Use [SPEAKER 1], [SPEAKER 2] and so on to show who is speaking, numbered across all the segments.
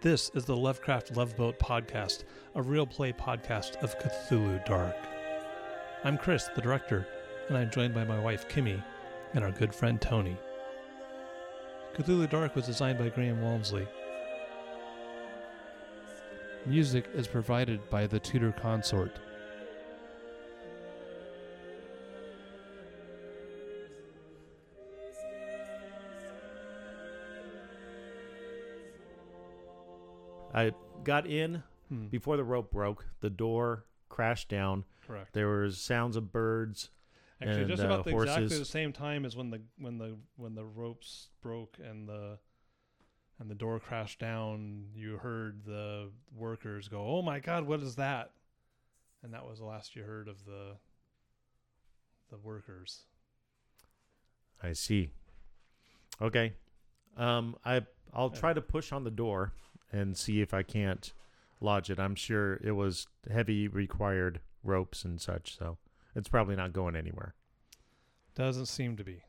[SPEAKER 1] This is the Lovecraft Love Boat podcast, a real play podcast of Cthulhu Dark. I'm Chris, the director, and I'm joined by my wife Kimmy and our good friend Tony. Cthulhu Dark was designed by Graham Walmsley.
[SPEAKER 2] Music is provided by the Tudor Consort.
[SPEAKER 3] I got in
[SPEAKER 1] Hmm.
[SPEAKER 3] before the rope broke. The door crashed down.
[SPEAKER 1] Correct.
[SPEAKER 3] There were sounds of birds.
[SPEAKER 1] Actually,
[SPEAKER 3] and,
[SPEAKER 1] just
[SPEAKER 3] uh,
[SPEAKER 1] about the, exactly
[SPEAKER 3] horses.
[SPEAKER 1] the same time as when the when the when the ropes broke and the and the door crashed down, you heard the workers go, "Oh my God, what is that?" And that was the last you heard of the the workers.
[SPEAKER 3] I see. Okay. Um, I I'll try to push on the door and see if I can't lodge it. I'm sure it was heavy required ropes and such, so it's probably not going anywhere.
[SPEAKER 1] Doesn't seem to be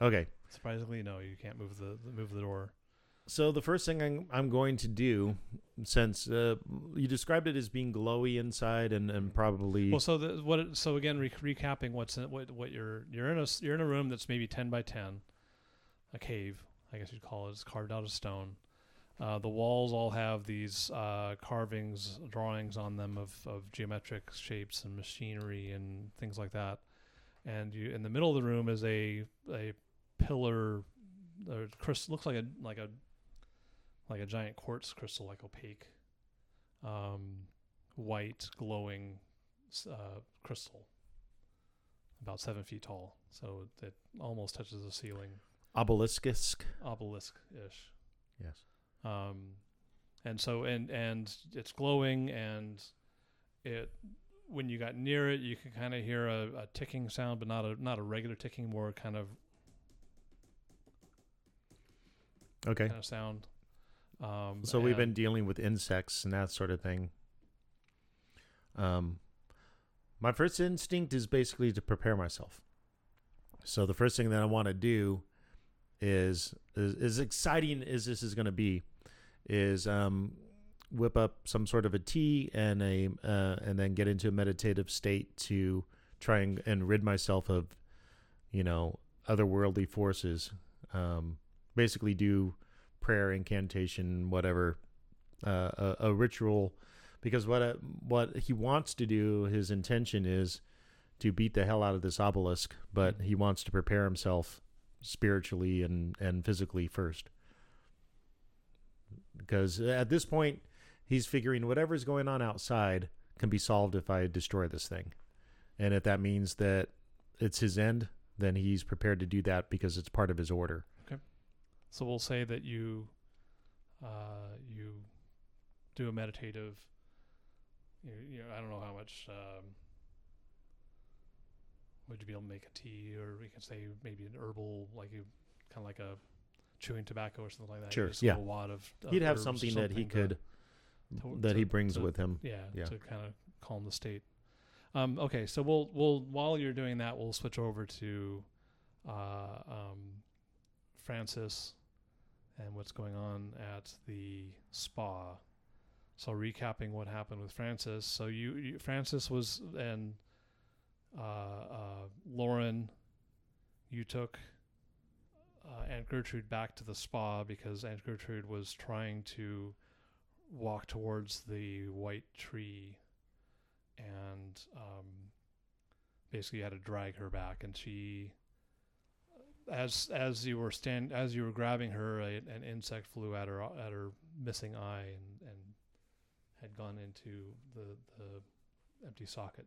[SPEAKER 3] Okay.
[SPEAKER 1] surprisingly. No, you can't move the move the door.
[SPEAKER 3] So the first thing I'm, I'm going to do, since uh, you described it as being glowy inside and, and probably
[SPEAKER 1] Well, so the, what? it- So again, re- recapping what's in, what what you're you're in a s- you're in a room that's maybe ten by ten, a cave, I guess you'd call it. It's carved out of stone. Uh, the walls all have these uh, carvings, drawings on them of, of geometric shapes and machinery and things like that. And you in the middle of the room is a a pillar, or crystal, looks like a like a like a giant quartz crystal, like opaque, um, white, glowing s- uh, crystal, about seven feet tall. So it almost touches the ceiling,
[SPEAKER 3] obelisk.
[SPEAKER 1] obelisk ish.
[SPEAKER 3] Yes.
[SPEAKER 1] Um, and so and and it's glowing, and it when you got near it, you could kind of hear a, a ticking sound, but not a not a regular ticking, more kind of
[SPEAKER 3] Okay.
[SPEAKER 1] kind of sound. Um,
[SPEAKER 3] So we've
[SPEAKER 1] and-
[SPEAKER 3] been dealing with insects and that sort of thing. Um, my first instinct is basically to prepare myself. So the first thing that I want to do is, is as exciting as this is going to be, is um, whip up some sort of a tea and a uh, and then get into a meditative state to try and, and rid myself of, you know, otherworldly forces. Um, basically, do prayer incantation whatever uh, a, a ritual because what uh what he wants to do his intention is to beat the hell out of this obelisk but he wants to prepare himself spiritually and and physically first because at this point he's figuring whatever's going on outside can be solved if i destroy this thing and if that means that it's his end then he's prepared to do that because it's part of his order
[SPEAKER 1] So we'll say that you uh, you do a meditative. You, you know, I don't know how much. Um, would you be able to make a tea, or we could say maybe an herbal, like you, kind of like a chewing tobacco or something like that.
[SPEAKER 3] Sure,
[SPEAKER 1] Just like
[SPEAKER 3] yeah.
[SPEAKER 1] A wad of. of
[SPEAKER 3] he'd have
[SPEAKER 1] herbs or
[SPEAKER 3] something that he
[SPEAKER 1] something to-
[SPEAKER 3] could
[SPEAKER 1] to-
[SPEAKER 3] that
[SPEAKER 1] to-
[SPEAKER 3] he brings
[SPEAKER 1] to-
[SPEAKER 3] with him
[SPEAKER 1] yeah,
[SPEAKER 3] Yeah.
[SPEAKER 1] to kind of calm the state. Um, okay, so we'll we'll while you're doing that, we'll switch over to uh, um, Francis and what's going on at the spa. So recapping what happened with Francis. So you, you Francis was and uh, uh, Lauren, you took uh, Aunt Gertrude back to the spa because Aunt Gertrude was trying to walk towards the white tree and um, basically had to drag her back and she as as you were stand as you were grabbing her a, an insect flew at her at her missing eye and, and had gone into the the empty socket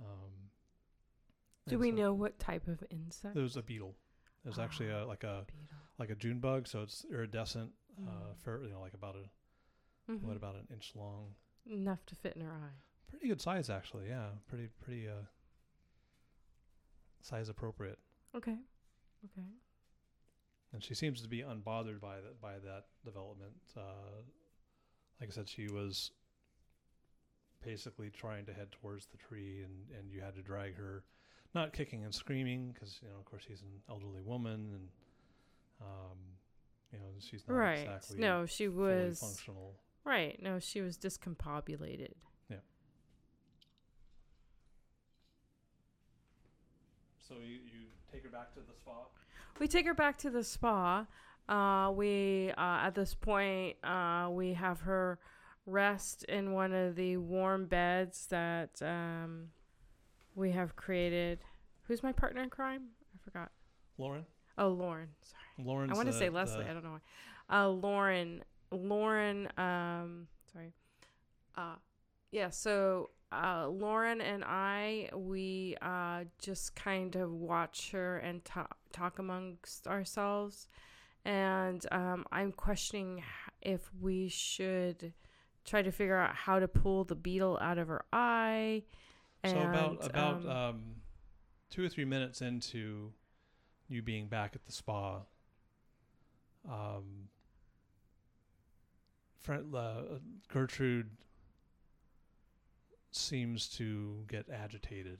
[SPEAKER 1] um,
[SPEAKER 4] Do
[SPEAKER 1] and
[SPEAKER 4] we
[SPEAKER 1] so-
[SPEAKER 4] know what type of insect?
[SPEAKER 1] there was a beetle it was actually a, like a like a June bug, so it's iridescent, uh,
[SPEAKER 4] Mm.
[SPEAKER 1] fair, you know, like about a
[SPEAKER 4] Mhm.
[SPEAKER 1] what about an inch long?
[SPEAKER 4] enough to fit in her eye?
[SPEAKER 1] Pretty good size, actually. Yeah, pretty pretty uh, size appropriate.
[SPEAKER 4] Okay, okay.
[SPEAKER 1] And she seems to be unbothered by that by that development. Uh, like I said, she was basically trying to head towards the tree, and and you had to drag her, not kicking and screaming, because you know, of course, she's an elderly woman, and um, You know, she's not
[SPEAKER 4] Right.
[SPEAKER 1] exactly
[SPEAKER 4] no, she
[SPEAKER 1] fully
[SPEAKER 4] was.
[SPEAKER 1] functional.
[SPEAKER 4] Right. No, she was discombobulated.
[SPEAKER 1] So you, you take her back to the spa.
[SPEAKER 4] We take her back to the spa. Uh, we uh, at this point uh, we have her rest in one of the warm beds that um, we have created. Who's my partner in crime? I forgot.
[SPEAKER 1] Lauren.
[SPEAKER 4] Oh, Lauren. Sorry.
[SPEAKER 1] Lauren's
[SPEAKER 4] I want to
[SPEAKER 1] the-
[SPEAKER 4] say Leslie.
[SPEAKER 1] the-
[SPEAKER 4] I don't know why. Uh, Lauren. Lauren. Um, sorry. Uh, yeah. So uh, Lauren and I, we uh, just kind of watch her and talk talk amongst ourselves, and um, I'm questioning h- if we should try to figure out how to pull the beetle out of her eye. And,
[SPEAKER 1] so about about
[SPEAKER 4] um,
[SPEAKER 1] um, two or three minutes into you being back at the spa, um, friend, uh, Gertrude seems to get agitated,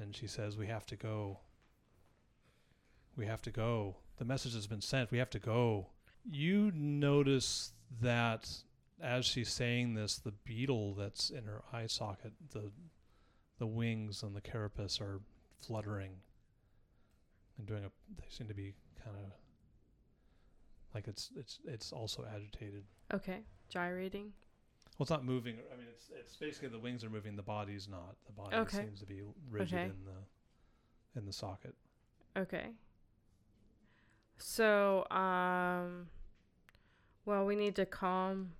[SPEAKER 1] and she says, "We have to go. We have to go. The message has been sent. We have to go." You notice that as she's saying this, the beetle that's in her eye socket, the the wings and the carapace are fluttering and doing a. They seem to be kind of like it's it's it's also agitated.
[SPEAKER 4] okay, gyrating.
[SPEAKER 1] Well, it's not moving. I mean, it's it's basically the wings are moving, the body's not. The body
[SPEAKER 4] Okay.
[SPEAKER 1] seems to be rigid
[SPEAKER 4] Okay.
[SPEAKER 1] in the in the socket.
[SPEAKER 4] Okay. So, um, well, we need to calm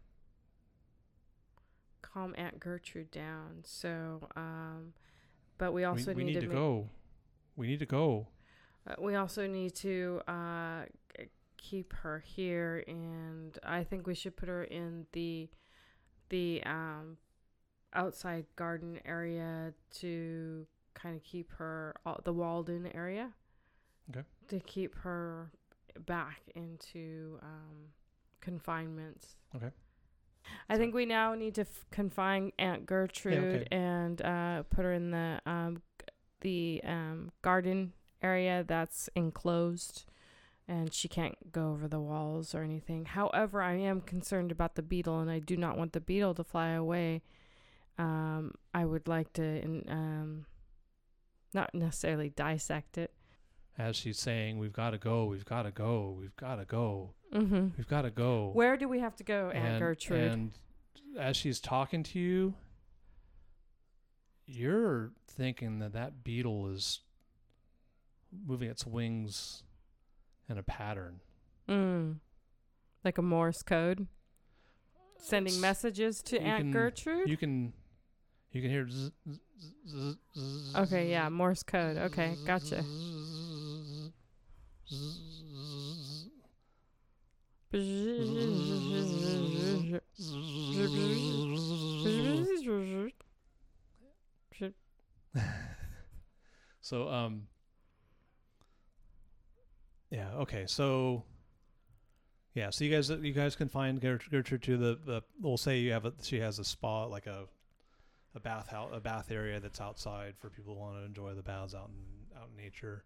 [SPEAKER 4] calm Aunt Gertrude down. So, um, but we also
[SPEAKER 1] we, we
[SPEAKER 4] need, to, ma-
[SPEAKER 1] go. We need to go.
[SPEAKER 4] uh, we also need to uh, k- keep her here, and I think we should put her in the the um, outside garden area to kind of keep her uh, the Walden area.
[SPEAKER 1] Okay.
[SPEAKER 4] To keep her back into um, confinement.
[SPEAKER 1] Okay.
[SPEAKER 4] I
[SPEAKER 1] So-
[SPEAKER 4] think we now need to f- confine Aunt Gertrude and uh, put her in the um, g- the um, garden area that's enclosed, and she can't go over the walls or anything. However, I am concerned about the beetle, and I do not want the beetle to fly away. Um, I would like to, in- um, not necessarily dissect it.
[SPEAKER 1] As she's saying, we've got to go. We've got to go. We've got to go.
[SPEAKER 4] Mm-hmm.
[SPEAKER 1] We've got to go.
[SPEAKER 4] Where do we have to go, Aunt Gertrude?
[SPEAKER 1] and as she's talking to you, you're thinking that that beetle is moving its wings in a pattern.
[SPEAKER 4] Mm. Like a Morse code. Sending
[SPEAKER 1] S-
[SPEAKER 4] messages to
[SPEAKER 1] you
[SPEAKER 4] Aunt
[SPEAKER 1] can-
[SPEAKER 4] Gertrude?
[SPEAKER 1] You can, you can hear. Zzz, zzz, zzz, zzz,
[SPEAKER 4] okay, yeah, Morse code. Okay, gotcha. Mm-hmm,
[SPEAKER 1] So um Yeah, okay. So yeah, so you guys you guys can find Gert- Gertrude to the, the we'll say you have a she has a spa like a a bath house, a bath area that's outside for people who want to enjoy the baths out in out in nature.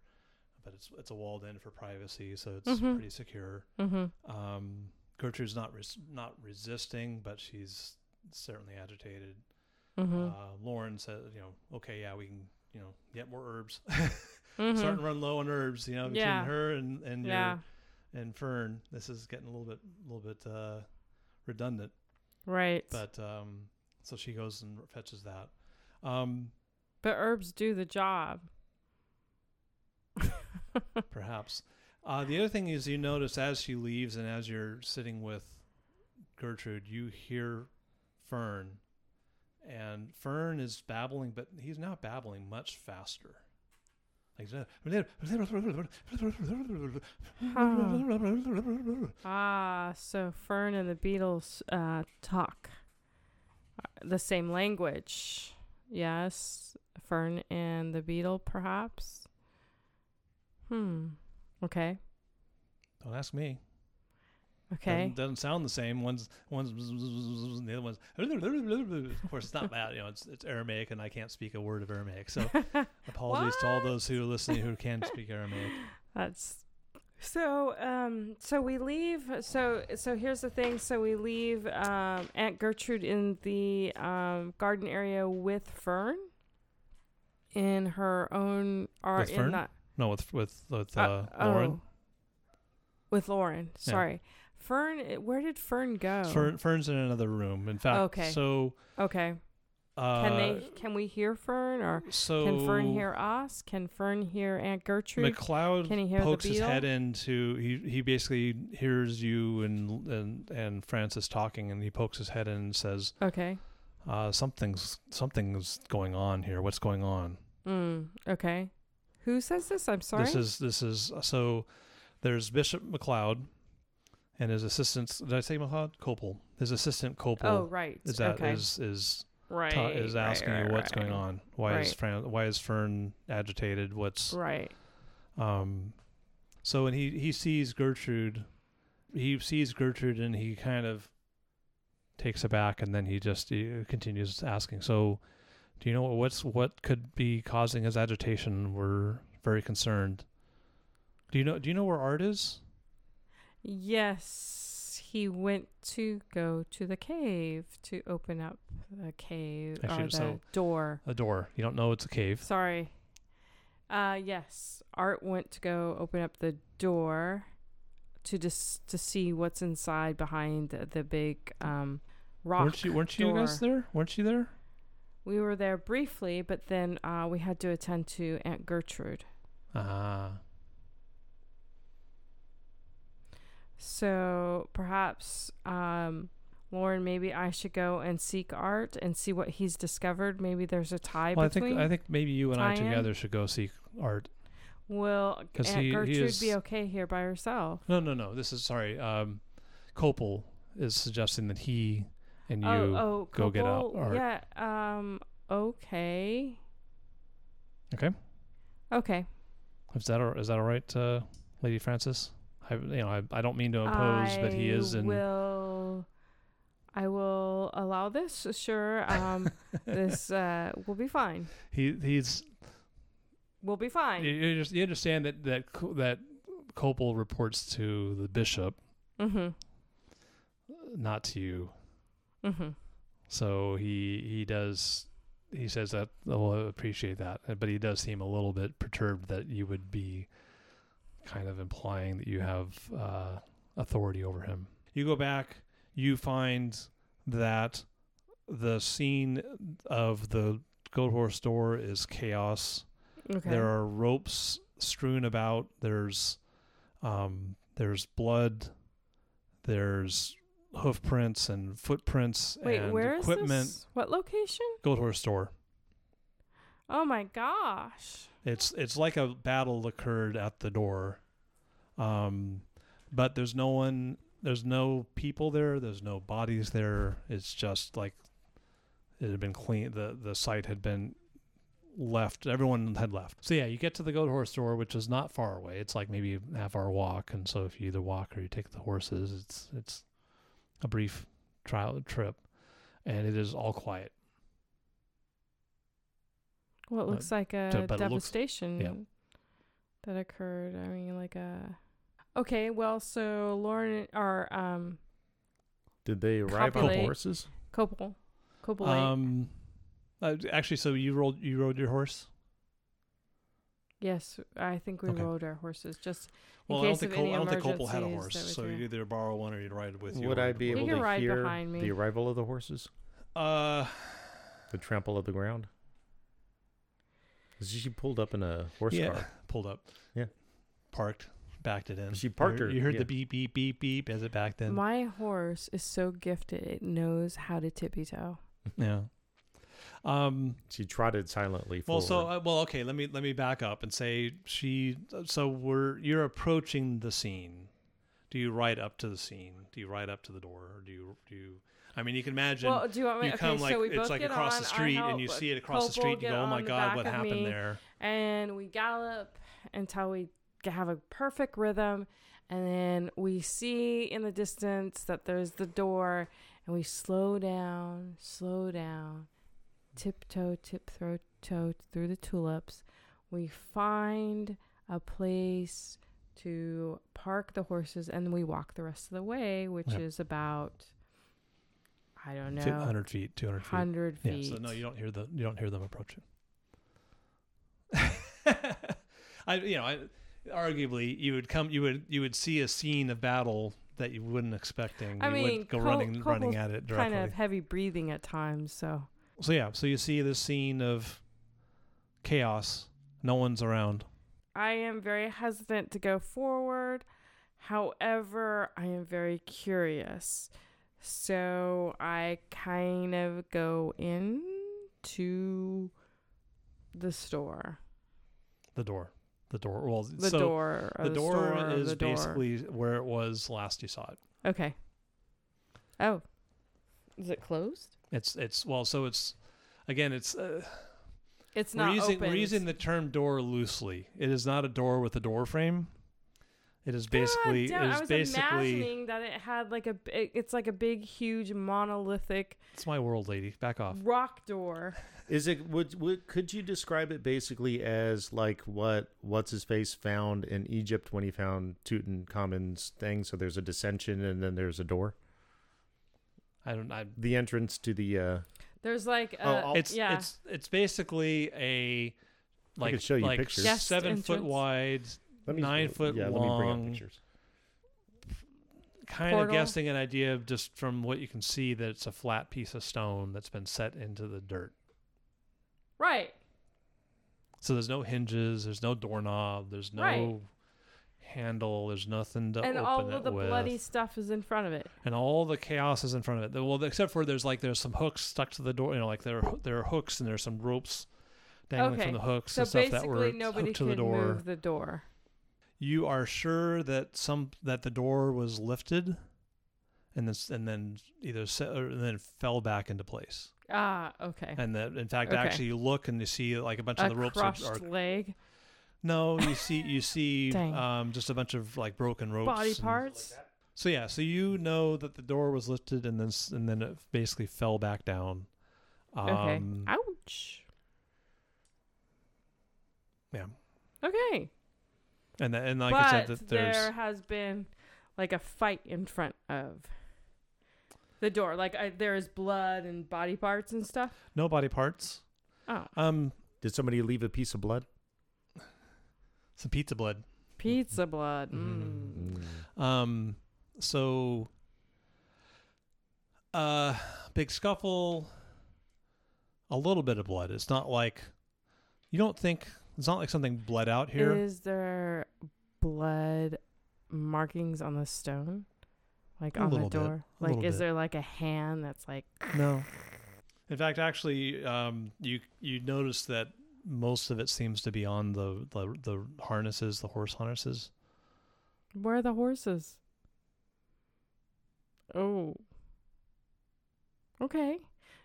[SPEAKER 1] But it's it's a walled in for privacy, so it's
[SPEAKER 4] Mhm.
[SPEAKER 1] pretty secure.
[SPEAKER 4] hmm
[SPEAKER 1] Um, Gertrude's not res- not resisting, but she's certainly agitated.
[SPEAKER 4] hmm
[SPEAKER 1] Uh, Lauren said, "You know, okay, yeah, we can, you know, get more herbs. Starting
[SPEAKER 4] hmm
[SPEAKER 1] to run low on herbs. You know, between
[SPEAKER 4] Yeah.
[SPEAKER 1] her and and your,
[SPEAKER 4] Yeah,
[SPEAKER 1] and Fern, this is getting a little bit a little bit uh, redundant.
[SPEAKER 4] right. But,
[SPEAKER 1] But um, so she goes and fetches that. Um,
[SPEAKER 4] herbs do the job.
[SPEAKER 1] perhaps. Uh, the other thing is, you notice as she leaves and as you're sitting with Gertrude, you hear Fern, and Fern is babbling, but he's not babbling much faster. Like,
[SPEAKER 4] ah, so Fern and the Beatles uh, talk uh, the same language. Yes, Fern and the Beetle, perhaps. Hmm. Okay.
[SPEAKER 1] don't ask me.
[SPEAKER 4] Okay.
[SPEAKER 1] Doesn't, doesn't sound the same. One's one's and the other one's. Of course, it's not bad. You know, it's it's Aramaic, and I can't speak a word of uh, Aramaic. So apologies to all those who are listening who can speak Aramaic.
[SPEAKER 4] That's So, um, so we leave. So, so here's the thing. So we leave um, Aunt Gertrude in the um, garden area with Fern in her own or
[SPEAKER 1] With
[SPEAKER 4] in
[SPEAKER 1] Fern?
[SPEAKER 4] that
[SPEAKER 1] No, with with with uh,
[SPEAKER 4] uh,
[SPEAKER 1] Lauren.
[SPEAKER 4] oh. With Lauren,
[SPEAKER 1] Yeah.
[SPEAKER 4] sorry. Fern, eh, where did Fern go?
[SPEAKER 1] Fern, Fern's in another room. In fact,
[SPEAKER 4] oh. Okay.
[SPEAKER 1] so
[SPEAKER 4] Okay.
[SPEAKER 1] uh,
[SPEAKER 4] Can they? Can we hear Fern, or
[SPEAKER 1] So
[SPEAKER 4] can Fern hear us? Can Fern hear Aunt Gertrude?
[SPEAKER 1] McLeod
[SPEAKER 4] Can he hear the
[SPEAKER 1] pokes his
[SPEAKER 4] beetle?
[SPEAKER 1] head into he he basically hears you and and and Francis talking, and he pokes his head in and says,
[SPEAKER 4] okay.
[SPEAKER 1] uh, "Something's something's going on here. What's going on?"
[SPEAKER 4] Mm, okay. Who says this? I'm sorry.
[SPEAKER 1] This is this is so. There's Bishop McLeod and his assistant. Did I say McLeod? Copel. His assistant Copel
[SPEAKER 4] oh, right.
[SPEAKER 1] is that is
[SPEAKER 4] okay.
[SPEAKER 1] is
[SPEAKER 4] right.
[SPEAKER 1] ta- is
[SPEAKER 4] right,
[SPEAKER 1] asking
[SPEAKER 4] right,
[SPEAKER 1] you what's going
[SPEAKER 4] right,
[SPEAKER 1] on. Why is
[SPEAKER 4] Right.
[SPEAKER 1] Fran- why is Fern agitated? What's
[SPEAKER 4] Right.
[SPEAKER 1] um so when he he sees Gertrude, he sees Gertrude and he kind of takes aback and then he just he continues asking. So do you know what's what could be causing his agitation? We're very concerned. Do you know do you know where Art is?
[SPEAKER 4] Yes, he went to go to the cave to open up the cave
[SPEAKER 1] Actually,
[SPEAKER 4] or the
[SPEAKER 1] so-
[SPEAKER 4] door.
[SPEAKER 1] A door. You don't know it's a cave.
[SPEAKER 4] Sorry. Uh, yes, Art went to go open up the door to just to see what's inside behind the, the big um rock.
[SPEAKER 1] weren't you weren't you guys
[SPEAKER 4] door.
[SPEAKER 1] there? Weren't you there?
[SPEAKER 4] We were there briefly, but then uh, we had to attend to Aunt Gertrude.
[SPEAKER 1] Ah.
[SPEAKER 4] So perhaps, um, Lauren, maybe I should go and seek Art and see what he's discovered. Maybe there's a tie
[SPEAKER 1] Well, I
[SPEAKER 4] between.
[SPEAKER 1] think I think maybe you and I
[SPEAKER 4] tie-in?
[SPEAKER 1] together should go seek Art.
[SPEAKER 4] Will
[SPEAKER 1] 'Cause
[SPEAKER 4] Aunt
[SPEAKER 1] he- he
[SPEAKER 4] Gertrude be
[SPEAKER 1] is-
[SPEAKER 4] okay here by herself?
[SPEAKER 1] No, no, no. This is sorry. Um, Copel is suggesting that he and you.
[SPEAKER 4] oh, oh,
[SPEAKER 1] go get
[SPEAKER 4] couple?
[SPEAKER 1] Art.
[SPEAKER 4] Yeah. Um. Okay.
[SPEAKER 1] Okay.
[SPEAKER 4] Okay.
[SPEAKER 1] Is that all, is that all right, uh, Lady Francis? I you know I, I don't mean to impose, but he is
[SPEAKER 4] I
[SPEAKER 1] in.
[SPEAKER 4] will. I will allow this. Sure. Um. this uh, will be fine.
[SPEAKER 1] he he's
[SPEAKER 4] We'll be
[SPEAKER 1] you,
[SPEAKER 4] fine.
[SPEAKER 1] you just- you understand that that Co- that Copel reports to the bishop,
[SPEAKER 4] Mm-hmm.
[SPEAKER 1] not to you.
[SPEAKER 4] Mm-hmm.
[SPEAKER 1] So he he does he says that oh I appreciate that, Uh, but he does seem a little bit perturbed that you would be kind of implying that you have uh, authority over him. You go back, you find that the scene of the goat horse door is chaos.
[SPEAKER 4] Okay.
[SPEAKER 1] There are ropes strewn about. There's um, there's blood. There's hoof prints and footprints
[SPEAKER 4] Wait,
[SPEAKER 1] and
[SPEAKER 4] where is
[SPEAKER 1] equipment.
[SPEAKER 4] this? What location?
[SPEAKER 1] Gold horse store.
[SPEAKER 4] Oh my gosh.
[SPEAKER 1] It's it's like a battle occurred at the door, um, but there's no one. There's no people there. There's no bodies there. It's just like it had been clean. The the site had been left. Everyone had left. So yeah, you get to the gold horse store, which is not far away. It's like maybe a half hour walk. And so if you either walk or you take the horses, it's it's a brief trial trip, and it is all quiet.
[SPEAKER 4] Well, it
[SPEAKER 1] Uh,
[SPEAKER 4] looks like a
[SPEAKER 1] but it looks- yeah.
[SPEAKER 4] devastation that occurred. I mean, like a. Okay, well, so Lauren or um
[SPEAKER 3] Did they arrive on
[SPEAKER 4] Copulate.
[SPEAKER 3] horses?
[SPEAKER 4] Copel, Copel.
[SPEAKER 1] Um, uh, actually, so you rolled you rode your horse.
[SPEAKER 4] yes, I think we
[SPEAKER 1] okay.
[SPEAKER 4] rode our horses just in
[SPEAKER 1] Well, I don't
[SPEAKER 4] case
[SPEAKER 1] think
[SPEAKER 4] of any
[SPEAKER 1] Col- I don't think Copel had a
[SPEAKER 4] emergencies
[SPEAKER 1] horse,
[SPEAKER 4] that we
[SPEAKER 1] so
[SPEAKER 4] do.
[SPEAKER 1] you'd either borrow one or you'd ride it with you.
[SPEAKER 3] Would
[SPEAKER 1] or
[SPEAKER 3] I
[SPEAKER 1] you'd
[SPEAKER 3] be
[SPEAKER 1] put it
[SPEAKER 3] able
[SPEAKER 1] away.
[SPEAKER 4] You can
[SPEAKER 3] to
[SPEAKER 4] ride
[SPEAKER 3] hear
[SPEAKER 4] behind me.
[SPEAKER 3] the arrival of the horses?
[SPEAKER 1] Uh,
[SPEAKER 3] The trample of the ground? 'Cause She pulled up in a horse
[SPEAKER 1] yeah,
[SPEAKER 3] car.
[SPEAKER 1] pulled up.
[SPEAKER 3] Yeah.
[SPEAKER 1] parked, backed it in.
[SPEAKER 3] She parked
[SPEAKER 1] you,
[SPEAKER 3] her,
[SPEAKER 1] You heard
[SPEAKER 3] yeah.
[SPEAKER 1] the beep, beep, beep, beep as it backed in.
[SPEAKER 4] My horse is so gifted; it knows how to tippy toe.
[SPEAKER 1] yeah. Um.
[SPEAKER 3] She trotted silently
[SPEAKER 1] Well,
[SPEAKER 3] forward.
[SPEAKER 1] so uh, well, okay. Let me let me back up and say she. So we're you're approaching the scene. Do you ride up to the scene? Do you ride up to the door? Or do you do you? I mean, you can imagine.
[SPEAKER 4] Well, do you want me?
[SPEAKER 1] you
[SPEAKER 4] okay,
[SPEAKER 1] come like
[SPEAKER 4] so we both
[SPEAKER 1] it's like
[SPEAKER 4] get
[SPEAKER 1] across
[SPEAKER 4] on,
[SPEAKER 1] the
[SPEAKER 4] I
[SPEAKER 1] street,
[SPEAKER 4] help
[SPEAKER 1] and you see it across the
[SPEAKER 4] Copel
[SPEAKER 1] street. and You
[SPEAKER 4] get
[SPEAKER 1] go, "Oh
[SPEAKER 4] on
[SPEAKER 1] my
[SPEAKER 4] the
[SPEAKER 1] God,
[SPEAKER 4] back
[SPEAKER 1] what
[SPEAKER 4] of
[SPEAKER 1] happened
[SPEAKER 4] me."
[SPEAKER 1] there?"
[SPEAKER 4] and we gallop until we g- have a perfect rhythm and then we see in the distance that there's the door and we slow down slow down tiptoe tiptoe toe through the tulips we find a place to park the horses and we walk the rest of the way, which
[SPEAKER 1] Yeah.
[SPEAKER 4] is about I don't know,
[SPEAKER 1] Fi- 100 feet, 200 feet.
[SPEAKER 4] 100 feet.
[SPEAKER 1] Yeah, so no, you don't hear the you don't hear them approaching. I you know, I arguably you would come you would you would see a scene of battle that you wouldn't expecting.
[SPEAKER 4] I
[SPEAKER 1] you
[SPEAKER 4] mean,
[SPEAKER 1] wouldn't go
[SPEAKER 4] Col-
[SPEAKER 1] running running
[SPEAKER 4] Cobble's
[SPEAKER 1] at it
[SPEAKER 4] kind
[SPEAKER 1] directly.
[SPEAKER 4] of heavy breathing at times, so
[SPEAKER 1] So yeah, so you see this scene of chaos. No one's around.
[SPEAKER 4] I am very hesitant to go forward. However, I am very curious. So I kind of go in to the store.
[SPEAKER 1] The door. The door. Well,
[SPEAKER 4] The
[SPEAKER 1] so
[SPEAKER 4] door. Or
[SPEAKER 1] the door
[SPEAKER 4] store or
[SPEAKER 1] is
[SPEAKER 4] the door.
[SPEAKER 1] basically where it was last you saw it.
[SPEAKER 4] Okay. Oh. Is it closed?
[SPEAKER 1] It's it's well, so it's again, it's uh,
[SPEAKER 4] It's
[SPEAKER 1] we're
[SPEAKER 4] not
[SPEAKER 1] using
[SPEAKER 4] open.
[SPEAKER 1] we're using the term door loosely. It is not a door with a door frame. It is basically
[SPEAKER 4] God damn,
[SPEAKER 1] it
[SPEAKER 4] I
[SPEAKER 1] is
[SPEAKER 4] was
[SPEAKER 1] basically
[SPEAKER 4] imagining that it had like a bi- it's like a big huge monolithic
[SPEAKER 1] it's my world, lady. Back off.
[SPEAKER 4] rock door.
[SPEAKER 3] Is it would, would could you describe it basically as like what what's his face found in Egypt when he found Tutankhamen's thing? So there's a dissension and then there's a door.
[SPEAKER 1] I don't. I,
[SPEAKER 3] The entrance to the uh
[SPEAKER 4] There's like a,
[SPEAKER 3] Oh, I'll-
[SPEAKER 1] it's
[SPEAKER 4] yeah.
[SPEAKER 1] it's it's basically a like
[SPEAKER 3] could show you
[SPEAKER 1] like
[SPEAKER 3] pictures.
[SPEAKER 4] Guest
[SPEAKER 1] seven foot
[SPEAKER 4] entrance.
[SPEAKER 1] wide,
[SPEAKER 3] let me
[SPEAKER 1] Nine foot
[SPEAKER 3] yeah, Let me bring
[SPEAKER 1] long.
[SPEAKER 3] up pictures.
[SPEAKER 1] kind of
[SPEAKER 4] Portal.
[SPEAKER 1] guessing an idea of just from what you can see that it's a flat piece of stone that's been set into the dirt.
[SPEAKER 4] right.
[SPEAKER 1] So there's no hinges, there's no doorknob, there's no
[SPEAKER 4] Right.
[SPEAKER 1] handle, there's nothing to
[SPEAKER 4] and
[SPEAKER 1] open
[SPEAKER 4] all
[SPEAKER 1] it
[SPEAKER 4] of the
[SPEAKER 1] with.
[SPEAKER 4] bloody stuff is in front of it.
[SPEAKER 1] and all the chaos is in front of it. Well, except for there's like there's some hooks stuck to the door, you know, like there are, there are hooks and there's some ropes dangling
[SPEAKER 4] Okay.
[SPEAKER 1] from the hooks
[SPEAKER 4] So
[SPEAKER 1] and stuff that were
[SPEAKER 4] basically, nobody
[SPEAKER 1] hooked to
[SPEAKER 4] could
[SPEAKER 1] the door.
[SPEAKER 4] move the door.
[SPEAKER 1] You are sure that some that the door was lifted, and then s- and then either se- or then fell back into place.
[SPEAKER 4] Ah, okay.
[SPEAKER 1] And that in fact,
[SPEAKER 4] Okay.
[SPEAKER 1] actually, you look and you see like a bunch
[SPEAKER 4] A
[SPEAKER 1] of the ropes are,
[SPEAKER 4] crushed
[SPEAKER 1] are
[SPEAKER 4] leg,
[SPEAKER 1] no, you see you see
[SPEAKER 4] Dang.
[SPEAKER 1] um, just a bunch of like broken ropes,
[SPEAKER 4] body
[SPEAKER 1] and-
[SPEAKER 4] parts.
[SPEAKER 1] So yeah, so you know that the door was lifted and then s- and then it basically fell back down. Um,
[SPEAKER 4] Okay. Ouch.
[SPEAKER 1] Yeah,
[SPEAKER 4] Okay.
[SPEAKER 1] and tha- and like
[SPEAKER 4] but
[SPEAKER 1] I said, that there's
[SPEAKER 4] there has been like a fight in front of the door. Like I, there is blood and body parts and stuff.
[SPEAKER 1] no body parts.
[SPEAKER 4] Oh,
[SPEAKER 1] Um,
[SPEAKER 3] Did somebody leave a piece of blood?
[SPEAKER 1] some pizza blood.
[SPEAKER 4] pizza blood.
[SPEAKER 1] Mm-hmm.
[SPEAKER 4] Mm.
[SPEAKER 1] Um, so uh, big scuffle. A little bit of blood. It's not like you don't think it's not like something bled out here.
[SPEAKER 4] Is there blood markings on the stone? Like
[SPEAKER 1] A
[SPEAKER 4] on the
[SPEAKER 1] little bit,
[SPEAKER 4] door?
[SPEAKER 1] a
[SPEAKER 4] Like
[SPEAKER 1] little
[SPEAKER 4] is
[SPEAKER 1] bit.
[SPEAKER 4] there like a hand that's like
[SPEAKER 1] No. In fact, actually, um, you you notice that most of it seems to be on the the, the harnesses, the horse harnesses.
[SPEAKER 4] where are the horses? Oh. Okay.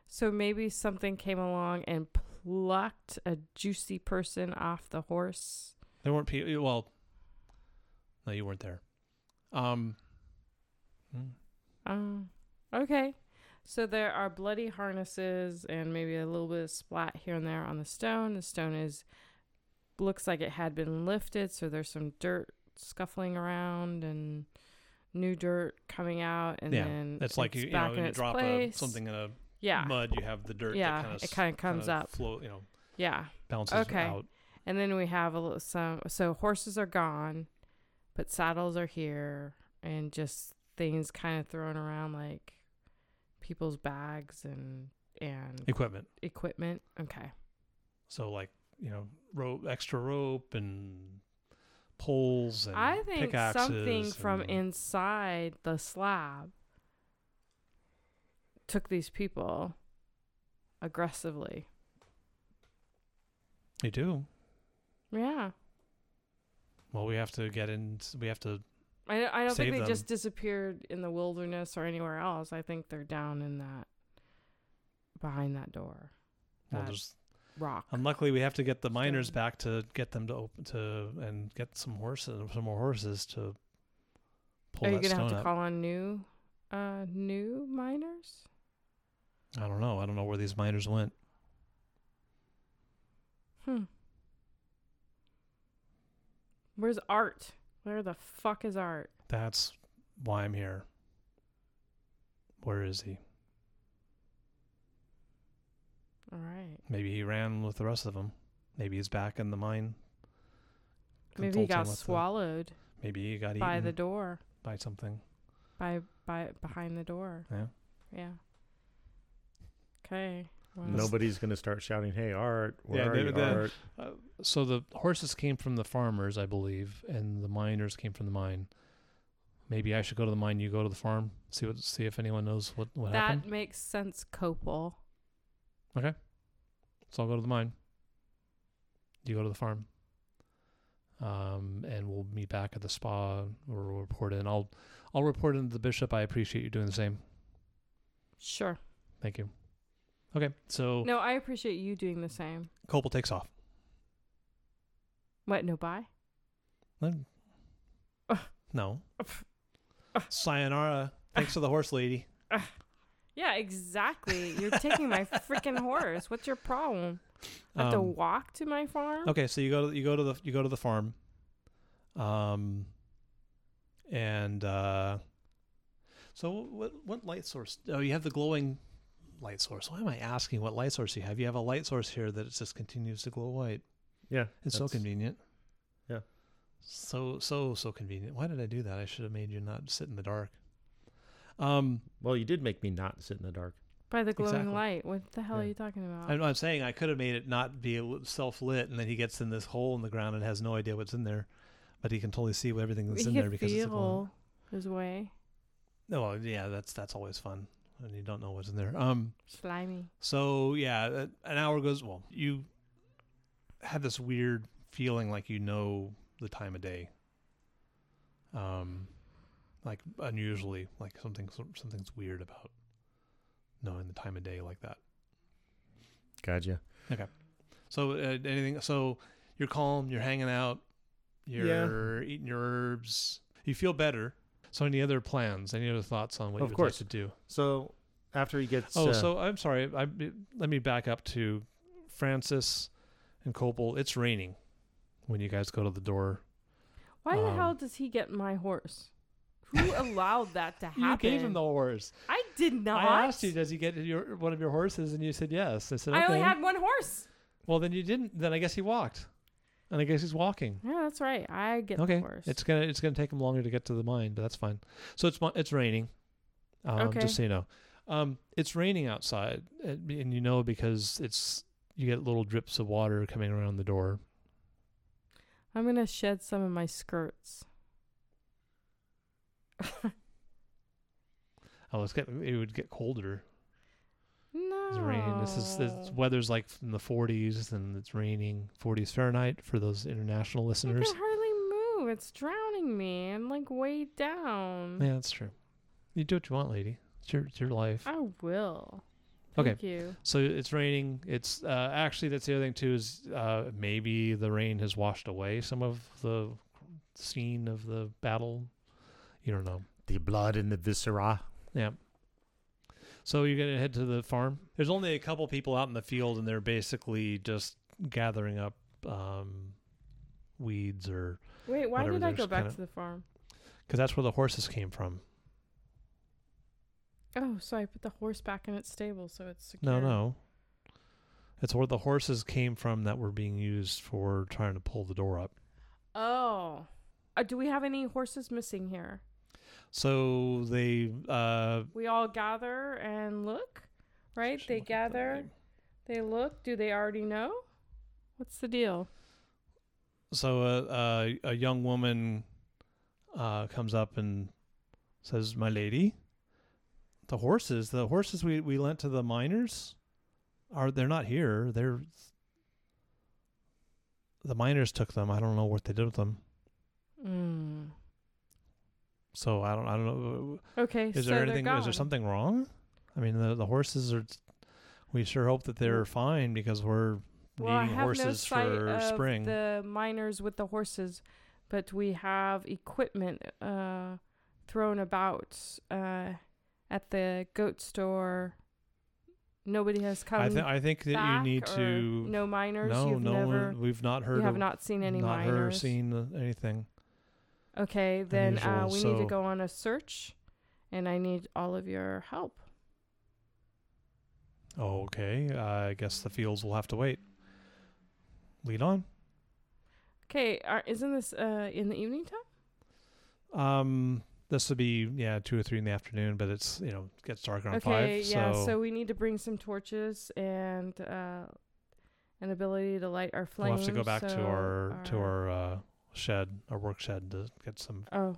[SPEAKER 4] So maybe something came along and plucked a juicy person off the horse.
[SPEAKER 1] There weren't people. Well, no, you weren't there. Um, mm,
[SPEAKER 4] Um okay. So there are bloody harnesses and maybe a little bit of splat here and there on the stone. The stone is looks like it had been lifted, so there's some dirt scuffling around and new dirt coming out and
[SPEAKER 1] Yeah,
[SPEAKER 4] then
[SPEAKER 1] it's like you, you know
[SPEAKER 4] back in
[SPEAKER 1] you
[SPEAKER 4] its
[SPEAKER 1] drop a,
[SPEAKER 4] place.
[SPEAKER 1] something in a
[SPEAKER 4] Yeah.
[SPEAKER 1] mud, you have the dirt.
[SPEAKER 4] Yeah,
[SPEAKER 1] that kinda
[SPEAKER 4] it kinda comes up.
[SPEAKER 1] Flow, you know,
[SPEAKER 4] Yeah.
[SPEAKER 1] bounces
[SPEAKER 4] Okay.
[SPEAKER 1] out.
[SPEAKER 4] And then we have a little, some. So horses are gone, but saddles are here, and just things kind of thrown around like people's bags and and
[SPEAKER 1] Equipment.
[SPEAKER 4] equipment. Okay.
[SPEAKER 1] So like you know, rope, extra rope, and poles and
[SPEAKER 4] I think
[SPEAKER 1] pickaxes
[SPEAKER 4] something from
[SPEAKER 1] and-
[SPEAKER 4] inside the slab took these people aggressively.
[SPEAKER 1] You do.
[SPEAKER 4] Yeah.
[SPEAKER 1] Well, we have to get in. We have to
[SPEAKER 4] I don't, I don't
[SPEAKER 1] Save
[SPEAKER 4] think they
[SPEAKER 1] them.
[SPEAKER 4] just disappeared in the wilderness or anywhere else. I think they're down in that behind that door.
[SPEAKER 1] Well,
[SPEAKER 4] That
[SPEAKER 1] there's,
[SPEAKER 4] rock.
[SPEAKER 1] unluckily, we have to get the miners
[SPEAKER 4] Stone.
[SPEAKER 1] back to get them to open to and get some horses, some more horses to pull
[SPEAKER 4] Are you
[SPEAKER 1] that
[SPEAKER 4] gonna
[SPEAKER 1] stone
[SPEAKER 4] have to
[SPEAKER 1] up.
[SPEAKER 4] call on new, uh, new miners?
[SPEAKER 1] I don't know. I don't know where these miners went.
[SPEAKER 4] Hmm. Where's Art? Where the fuck is Art?
[SPEAKER 1] That's why I'm here. Where is he?
[SPEAKER 4] All right.
[SPEAKER 1] Maybe he ran with the rest of them. Maybe he's back in the mine.
[SPEAKER 4] Maybe
[SPEAKER 1] Consulting
[SPEAKER 4] he got
[SPEAKER 1] with the-
[SPEAKER 4] swallowed
[SPEAKER 1] maybe he got
[SPEAKER 4] by
[SPEAKER 1] eaten
[SPEAKER 4] the door.
[SPEAKER 1] by something.
[SPEAKER 4] By by behind the door.
[SPEAKER 1] Yeah.
[SPEAKER 4] Yeah. Okay. Well,
[SPEAKER 3] Nobody's gonna start shouting, "Hey, Art, where
[SPEAKER 1] Mm. Yeah,
[SPEAKER 3] are
[SPEAKER 1] they-
[SPEAKER 3] you,
[SPEAKER 1] they-
[SPEAKER 3] Art?"
[SPEAKER 1] So the horses came from the farmers, I believe, and the miners came from the mine. Maybe I should go to the mine. You go to the farm. See what. See if anyone knows what what
[SPEAKER 4] that
[SPEAKER 1] happened.
[SPEAKER 4] makes sense, Copal.
[SPEAKER 1] So I'll go to the mine. You go to the farm. Um, and we'll meet back at the spa. Or we'll report in. I'll I'll report in to the bishop. I appreciate you doing the same.
[SPEAKER 4] Sure.
[SPEAKER 1] Thank you. Okay, so
[SPEAKER 4] No, I appreciate you doing the same.
[SPEAKER 1] Copel takes off.
[SPEAKER 4] What? No bye.
[SPEAKER 1] Then-
[SPEAKER 4] Ugh.
[SPEAKER 1] No.
[SPEAKER 4] Ugh. Ugh.
[SPEAKER 1] Sayonara. Thanks to the horse lady.
[SPEAKER 4] Yeah, exactly. You're taking my freaking horse. What's your problem? I have to
[SPEAKER 1] Um,
[SPEAKER 4] walk to my farm.
[SPEAKER 1] Okay, so you go to you go to the you go to the farm, um, and uh, so what what light source? Oh, you have the glowing light source. Why am I asking what light source you have? You have a light source here that it just continues to glow white.
[SPEAKER 3] Yeah,
[SPEAKER 1] It's so
[SPEAKER 3] that's-
[SPEAKER 1] convenient.
[SPEAKER 3] Yeah.
[SPEAKER 1] So so so convenient. Why did I do that? I should have made you not sit in the dark. Um,
[SPEAKER 3] Well, you did make me not sit in the dark.
[SPEAKER 4] By the glowing
[SPEAKER 1] exactly.
[SPEAKER 4] light. What the hell are
[SPEAKER 3] Yeah.
[SPEAKER 4] you talking about?
[SPEAKER 1] I'm, I'm saying I could have made it not be self lit, and then he gets in this hole in the ground and has no idea what's in there, but he can totally see what everything that's
[SPEAKER 4] he
[SPEAKER 1] in there
[SPEAKER 4] could
[SPEAKER 1] because it's a glow.
[SPEAKER 4] feel his way.
[SPEAKER 1] No, well, yeah, that's that's always fun when you don't know what's in there. Um,
[SPEAKER 4] Slimy.
[SPEAKER 1] so yeah, uh, an hour goes. Well, you have this weird feeling like you know the time of day. Um, like unusually, like something something's weird about knowing the time of day like that.
[SPEAKER 3] Gotcha.
[SPEAKER 1] So uh, anything? So you're calm. You're hanging out. You're eating your herbs. You feel better. So any other plans? Any other thoughts on what you
[SPEAKER 3] Of
[SPEAKER 1] would
[SPEAKER 3] course.
[SPEAKER 1] like to do?
[SPEAKER 3] So after he gets,
[SPEAKER 1] oh,
[SPEAKER 3] uh,
[SPEAKER 1] so I'm sorry. I let me back up to Francis and Copel. It's raining when you guys go to the door.
[SPEAKER 4] Why the hell
[SPEAKER 1] Um,
[SPEAKER 4] does he get my horse? Who allowed that to happen?
[SPEAKER 1] You gave him the horse.
[SPEAKER 4] I did not.
[SPEAKER 1] I asked you, does he get your one of your horses? And you said yes. I said okay.
[SPEAKER 4] I only had one horse.
[SPEAKER 1] well, then you didn't. Then I guess he walked, and I guess he's walking.
[SPEAKER 4] Yeah, that's right. I get the
[SPEAKER 1] Okay,
[SPEAKER 4] horse.
[SPEAKER 1] it's gonna it's gonna take him longer to get to the mine, but that's fine. So it's mo- it's raining. Um,
[SPEAKER 4] Okay.
[SPEAKER 1] Just so you know, um, it's raining outside, and and you know because it's you get little drips of water coming around the door.
[SPEAKER 4] I'm gonna shed some of my skirts.
[SPEAKER 1] Oh, it's getting it would get colder
[SPEAKER 4] No.
[SPEAKER 1] It's raining. This is this weather's like in the 40s, and it's raining 40s Fahrenheit for those international
[SPEAKER 4] I can
[SPEAKER 1] listeners.
[SPEAKER 4] hardly move. It's drowning me. I'm like way down.
[SPEAKER 1] Yeah, that's true. You do what you want, lady. It's your it's your life.
[SPEAKER 4] I will.
[SPEAKER 1] Okay.
[SPEAKER 4] Thank you.
[SPEAKER 1] So it's raining. It's uh, actually that's the other thing too is uh, maybe the rain has washed away some of the scene of the battle. You don't know.
[SPEAKER 3] the blood in the viscera.
[SPEAKER 1] So you're gonna head to the farm. There's only a couple people out in the field, and they're basically just gathering up um, weeds or
[SPEAKER 4] Wait, why
[SPEAKER 1] Whatever,
[SPEAKER 4] did I
[SPEAKER 1] there's
[SPEAKER 4] go back
[SPEAKER 1] kinda-
[SPEAKER 4] to the farm?
[SPEAKER 1] because that's where the horses came from.
[SPEAKER 4] Oh, so I put the horse back in its stable, so it's secure.
[SPEAKER 1] No, no. It's where the horses came from that were being used for trying to pull the door up.
[SPEAKER 4] Oh. Uh, do we have any horses missing here?
[SPEAKER 1] So they uh
[SPEAKER 4] We all gather and look, right?
[SPEAKER 1] should
[SPEAKER 4] They
[SPEAKER 1] look up the
[SPEAKER 4] gather,
[SPEAKER 1] name.
[SPEAKER 4] they look. Do they already know? What's the deal?
[SPEAKER 1] So uh, uh, a young woman uh comes up and says, "My lady, the horses, the horses we we lent to the miners are they're not here. They're the miners took them. I don't know what they did with them.
[SPEAKER 4] Mm.
[SPEAKER 1] So I don't I don't know
[SPEAKER 4] Okay,
[SPEAKER 1] Is
[SPEAKER 4] so
[SPEAKER 1] there
[SPEAKER 4] they're
[SPEAKER 1] anything? Is there
[SPEAKER 4] gone.
[SPEAKER 1] something wrong? I mean, the the horses are. We sure hope that they're fine because we're
[SPEAKER 4] Mm. Well, I
[SPEAKER 1] needing
[SPEAKER 4] have no
[SPEAKER 1] horses
[SPEAKER 4] sight
[SPEAKER 1] for
[SPEAKER 4] of
[SPEAKER 1] spring.
[SPEAKER 4] The miners with the horses, but we have equipment uh, thrown about uh, at the goat store. Nobody has come.
[SPEAKER 1] I think I think that you
[SPEAKER 4] back
[SPEAKER 1] need
[SPEAKER 4] or
[SPEAKER 1] to.
[SPEAKER 4] No miners.
[SPEAKER 1] no,
[SPEAKER 4] you've
[SPEAKER 1] no,
[SPEAKER 4] never.
[SPEAKER 1] we've not heard.
[SPEAKER 4] you have
[SPEAKER 1] of,
[SPEAKER 4] not seen any
[SPEAKER 1] not heard or
[SPEAKER 4] miners.
[SPEAKER 1] seen anything.
[SPEAKER 4] Okay, then uh,
[SPEAKER 1] Unusual,
[SPEAKER 4] we need to
[SPEAKER 1] so-
[SPEAKER 4] go on a search, and I need all of your help.
[SPEAKER 1] Okay, I guess the fields will have to wait. Lead on.
[SPEAKER 4] Okay, are, isn't this uh, in the evening time?
[SPEAKER 1] Um, this would be yeah two or three in the afternoon, but it's you know gets dark around
[SPEAKER 4] okay,
[SPEAKER 1] five.
[SPEAKER 4] yeah.
[SPEAKER 1] so,
[SPEAKER 4] So we need to bring some torches and uh, an ability to light our
[SPEAKER 1] we'll
[SPEAKER 4] flames.
[SPEAKER 1] have to go back
[SPEAKER 4] so
[SPEAKER 1] to our, to our uh, shed, our work shed, to get some
[SPEAKER 4] oh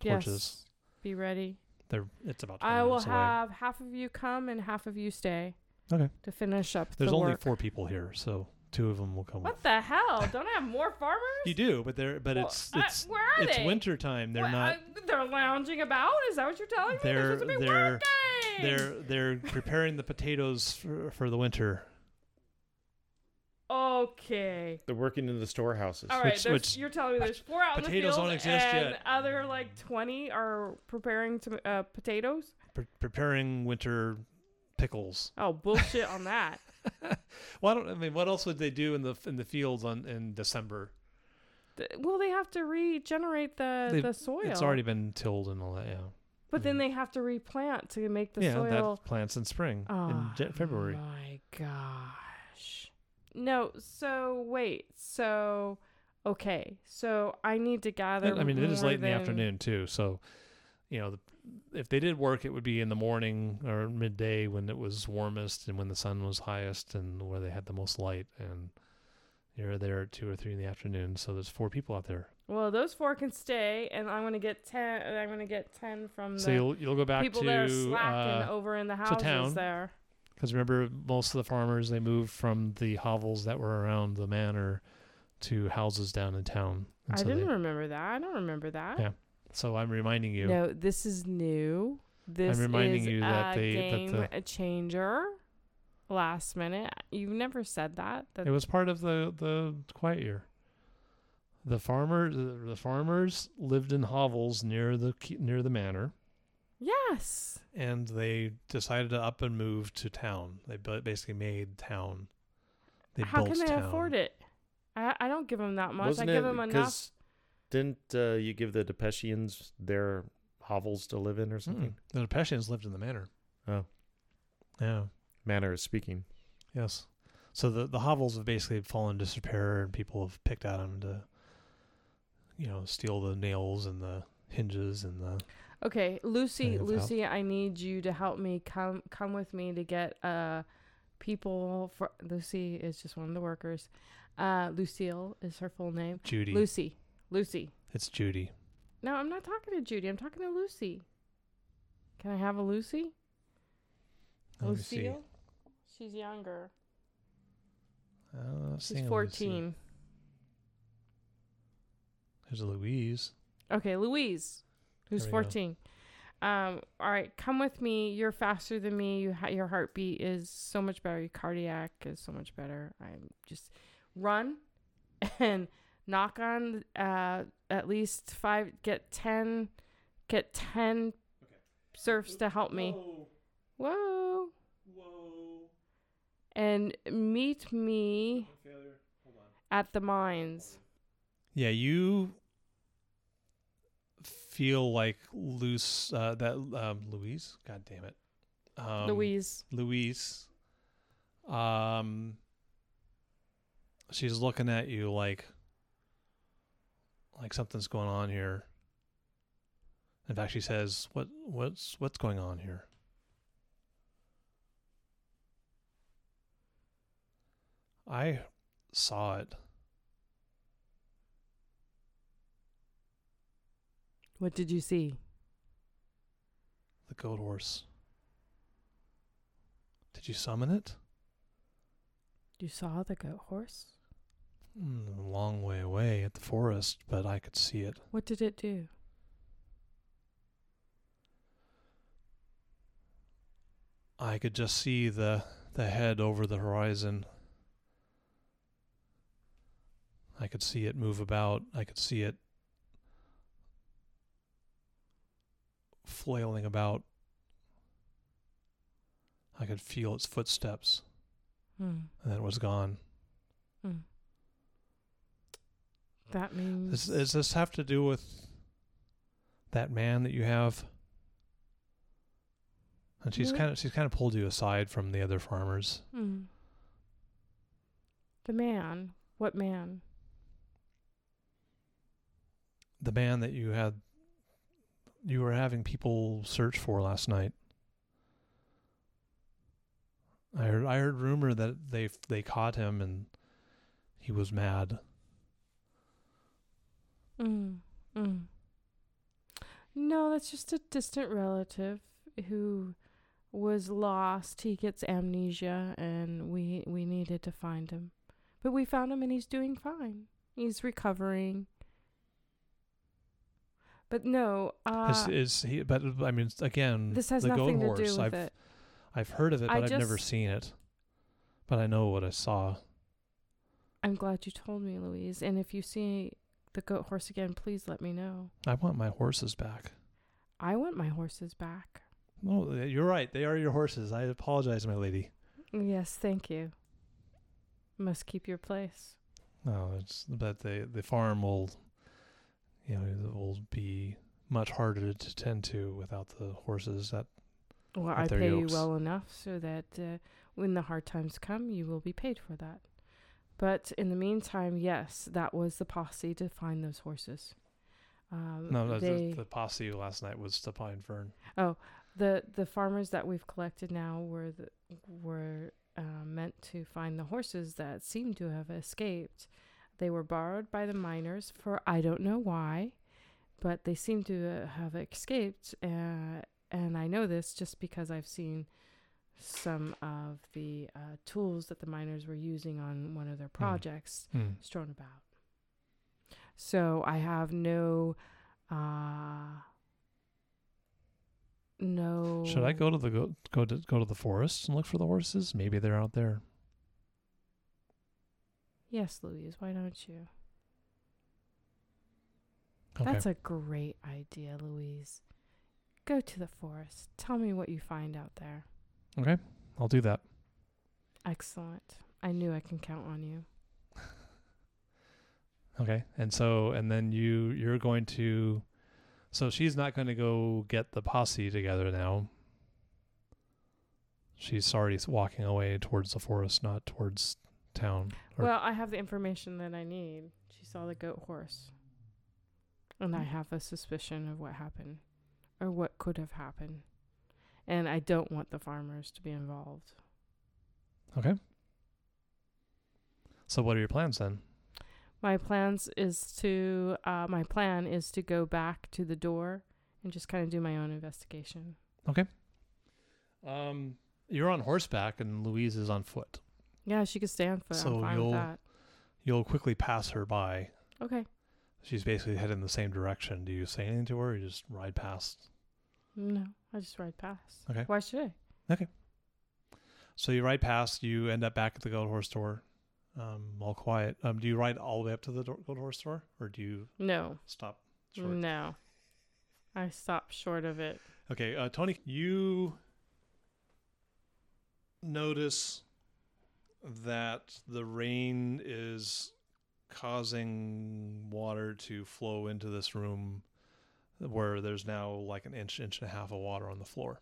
[SPEAKER 1] torches.
[SPEAKER 4] Yes, be ready.
[SPEAKER 1] They're it's about twenty
[SPEAKER 4] I will
[SPEAKER 1] minutes away.
[SPEAKER 4] have half of you come and half of you stay.
[SPEAKER 1] Okay.
[SPEAKER 4] To finish up
[SPEAKER 1] There's
[SPEAKER 4] the
[SPEAKER 1] only
[SPEAKER 4] work.
[SPEAKER 1] four people here, so two of them will come.
[SPEAKER 4] What the hell? Don't I have more farmers?
[SPEAKER 1] You do, but they're but
[SPEAKER 4] Well,
[SPEAKER 1] it's
[SPEAKER 4] I-
[SPEAKER 1] it's
[SPEAKER 4] where are
[SPEAKER 1] it's
[SPEAKER 4] they?
[SPEAKER 1] winter time. They're
[SPEAKER 4] What,
[SPEAKER 1] not.
[SPEAKER 4] uh, they're lounging about. Is that what you're telling me?
[SPEAKER 1] They're-
[SPEAKER 4] supposed to be
[SPEAKER 1] they're-
[SPEAKER 4] working!
[SPEAKER 1] They're they're preparing the potatoes for, for the winter.
[SPEAKER 4] Okay.
[SPEAKER 3] They're working in the storehouses.
[SPEAKER 4] All right.
[SPEAKER 1] Which-
[SPEAKER 4] there's-
[SPEAKER 1] which-
[SPEAKER 4] you're telling me there's four out in the
[SPEAKER 1] potatoes
[SPEAKER 4] field,
[SPEAKER 1] don't exist
[SPEAKER 4] and
[SPEAKER 1] yet.
[SPEAKER 4] other like twenty are preparing to uh, potatoes.
[SPEAKER 1] Pre- preparing winter pickles.
[SPEAKER 4] Oh, bullshit on that.
[SPEAKER 1] Why don't I mean what else would they do in the in the fields on in December?
[SPEAKER 4] Th- Well, they have to regenerate the
[SPEAKER 1] They-
[SPEAKER 4] the soil.
[SPEAKER 1] It's already been tilled and all that. Yeah,
[SPEAKER 4] But then they have to replant to make the
[SPEAKER 1] yeah.
[SPEAKER 4] soil.
[SPEAKER 1] That plants in spring in
[SPEAKER 4] Oh,
[SPEAKER 1] Ja- February.
[SPEAKER 4] My gosh. No. So wait. So okay. So I need to gather.
[SPEAKER 1] I mean, it is
[SPEAKER 4] more
[SPEAKER 1] late in the
[SPEAKER 4] than-
[SPEAKER 1] afternoon too. So, you know, the, if they did work, it would be in the morning or midday when it was warmest and when the sun was highest and where they had the most light. And you're there at two or three in the afternoon. So there's four people out there.
[SPEAKER 4] Well, those four can stay, and I'm gonna get ten. and I'm gonna get ten from
[SPEAKER 1] so
[SPEAKER 4] the
[SPEAKER 1] you'll you'll go back
[SPEAKER 4] people
[SPEAKER 1] to
[SPEAKER 4] that are slacking
[SPEAKER 1] uh,
[SPEAKER 4] over in the houses
[SPEAKER 1] town.
[SPEAKER 4] there.
[SPEAKER 1] Because remember, most of the farmers they moved from the hovels that were around the manor to houses down in town. And
[SPEAKER 4] I
[SPEAKER 1] so
[SPEAKER 4] didn't
[SPEAKER 1] They,
[SPEAKER 4] remember that. I don't remember that.
[SPEAKER 1] Yeah, so I'm reminding you.
[SPEAKER 4] No, this is new. This
[SPEAKER 1] reminding
[SPEAKER 4] is
[SPEAKER 1] you that
[SPEAKER 4] a
[SPEAKER 1] they- that
[SPEAKER 4] game
[SPEAKER 1] the-
[SPEAKER 4] a changer. Last minute, you've never said that. That
[SPEAKER 1] It was part of the the quiet year. The farmer the, the farmers lived in hovels near the ke- near the manor,
[SPEAKER 4] yes.
[SPEAKER 1] and they decided to up and move to town. They bu- basically made town. They
[SPEAKER 4] How
[SPEAKER 1] built
[SPEAKER 4] can they
[SPEAKER 1] town.
[SPEAKER 4] afford it? I, I don't give them that much.
[SPEAKER 3] Wasn't
[SPEAKER 4] I give
[SPEAKER 3] it-
[SPEAKER 4] them enough.
[SPEAKER 3] 'cause Didn't uh, you give the Depechians their hovels to live in or something?
[SPEAKER 1] Mm-mm. Hmm. The Depressions lived in the manor.
[SPEAKER 3] Oh.
[SPEAKER 1] yeah.
[SPEAKER 3] Manner of speaking.
[SPEAKER 1] Yes. So the the hovels have basically fallen into disrepair, and people have picked at them to, you know, steal the nails and the hinges and the.
[SPEAKER 4] Okay, Lucy,
[SPEAKER 1] Any of help?
[SPEAKER 4] Lucy, I need you to help me come come with me to get uh people for Lucy is just one of the workers. Uh Lucille is her full name.
[SPEAKER 1] Judy.
[SPEAKER 4] Lucy. Lucy.
[SPEAKER 1] It's Judy.
[SPEAKER 4] No, I'm not talking to Judy. I'm talking to Lucy. Can I have a Lucy?
[SPEAKER 1] Let me see.
[SPEAKER 4] Lucille? She's younger.
[SPEAKER 1] Uh, I'm not
[SPEAKER 4] She's
[SPEAKER 1] seeing a Lucy.
[SPEAKER 4] 14.
[SPEAKER 1] There's a Louise.
[SPEAKER 4] Okay, Louise, who's
[SPEAKER 1] There we go.
[SPEAKER 4] 14. Um, all right, come with me. You're faster than me. You ha- your heartbeat is so much better. Your cardiac is so much better. I'm just run and knock on uh, at least five. Get ten. Get ten serfs to help
[SPEAKER 1] Oh,
[SPEAKER 4] me. Whoa. Whoa. And meet me at the mines.
[SPEAKER 1] Yeah, you feel like loose uh, that um, Louise. God damn it, um,
[SPEAKER 4] Louise.
[SPEAKER 1] Louise. Um, she's looking at you like, like something's going on here. In fact, she says, "What, what's, what's going on here?" I saw it.
[SPEAKER 4] What did you see?
[SPEAKER 1] The goat horse. Did you summon it?
[SPEAKER 4] You saw the goat horse?
[SPEAKER 1] Mm, a long way away at the forest, but I could see it.
[SPEAKER 4] What did it do?
[SPEAKER 1] I could just see the the head over the horizon. I could see it move about. I could see it flailing about. I could feel its footsteps,
[SPEAKER 4] Hmm.
[SPEAKER 1] and then it was gone.
[SPEAKER 4] Hmm. That means
[SPEAKER 1] Does, does this have to do with that man that you have? And she's
[SPEAKER 4] What?
[SPEAKER 1] kind of she's kind of pulled you aside from the other farmers.
[SPEAKER 4] Hmm. the man. What man?
[SPEAKER 1] The man that you had you were having people search for last night. I heard I heard rumor that they they caught him and he was mad.
[SPEAKER 4] Mm. Mm. No, that's just a distant relative who was lost. He gets amnesia, and we we needed to find him, but we found him, and he's doing fine. He's recovering. But no, uh,
[SPEAKER 1] Is is he? But I mean, again,
[SPEAKER 4] this has
[SPEAKER 1] the
[SPEAKER 4] nothing
[SPEAKER 1] goat
[SPEAKER 4] to
[SPEAKER 1] horse.
[SPEAKER 4] do with
[SPEAKER 1] I've
[SPEAKER 4] it.
[SPEAKER 1] I've heard of it,
[SPEAKER 4] I
[SPEAKER 1] but I've never
[SPEAKER 4] just-
[SPEAKER 1] seen it. But I know what I saw.
[SPEAKER 4] I'm glad you told me, Louise. And if you see the goat horse again, please let me know.
[SPEAKER 1] I want my horses back.
[SPEAKER 4] I want my horses back.
[SPEAKER 1] No, th- you're right. They are your horses. I apologize, my lady.
[SPEAKER 4] Yes, thank you. Must keep your place.
[SPEAKER 1] No, it's but the the farm will, you know, it will be much harder to tend to without the horses. That
[SPEAKER 4] Well,
[SPEAKER 1] with
[SPEAKER 4] I
[SPEAKER 1] their
[SPEAKER 4] pay
[SPEAKER 1] yokes.
[SPEAKER 4] you well enough so that uh, when the hard times come, you will be paid for that. But in the meantime, yes, that was the posse to find those horses. Um,
[SPEAKER 1] no, no
[SPEAKER 4] they,
[SPEAKER 1] the, the posse last night was to Pine Fern.
[SPEAKER 4] the the farmers that we've collected now were the, were uh, meant to find the horses that seem to have escaped. They were borrowed by the miners for I don't know why, but they seem to uh, have escaped. Uh, and I know this just because I've seen some of the uh, tools that the miners were using on one of their projects strewn about. So I have no uh no
[SPEAKER 1] Should I go to the go, go to go to the forest and look for the horses? Maybe they're out there.
[SPEAKER 4] Yes, Louise, why don't you?
[SPEAKER 1] Okay.
[SPEAKER 4] That's a great idea, Louise. Go to the forest. Tell me what you find out there.
[SPEAKER 1] okay, I'll do that.
[SPEAKER 4] Excellent. I knew I can count on you.
[SPEAKER 1] Okay. And so and then you you're going to so she's not going to go get the posse together now. She's already s- walking away towards the forest, not towards town. Or-
[SPEAKER 4] Well, I have the information that I need. She saw the goat horse. And
[SPEAKER 1] Mm.
[SPEAKER 4] I have a suspicion of what happened or what could have happened. And I don't want the farmers to be involved.
[SPEAKER 1] So what are your plans then?
[SPEAKER 4] My plans is to uh, my plan is to go back to the door and just kind of do my own investigation.
[SPEAKER 1] Um you're on horseback and Louise is on foot.
[SPEAKER 4] Yeah, she could stand for that.
[SPEAKER 1] So
[SPEAKER 4] I'm fine
[SPEAKER 1] you'll-
[SPEAKER 4] with that.
[SPEAKER 1] You'll quickly pass her by.
[SPEAKER 4] Okay.
[SPEAKER 1] She's basically headed in the same direction. Do you say anything to her or you just ride past?
[SPEAKER 4] No, I just ride past.
[SPEAKER 1] Okay.
[SPEAKER 4] Why should I?
[SPEAKER 1] So you ride past, you end up back at the gold horse store. Um, all quiet. Um, do you ride all the way up to the do- gold horse store or do you
[SPEAKER 4] No.
[SPEAKER 1] stop short.
[SPEAKER 4] No. I stopped short of it.
[SPEAKER 1] Okay, uh, Tony, you notice that the rain is causing water to flow into this room where there's now like an inch, inch and a half of water on the floor.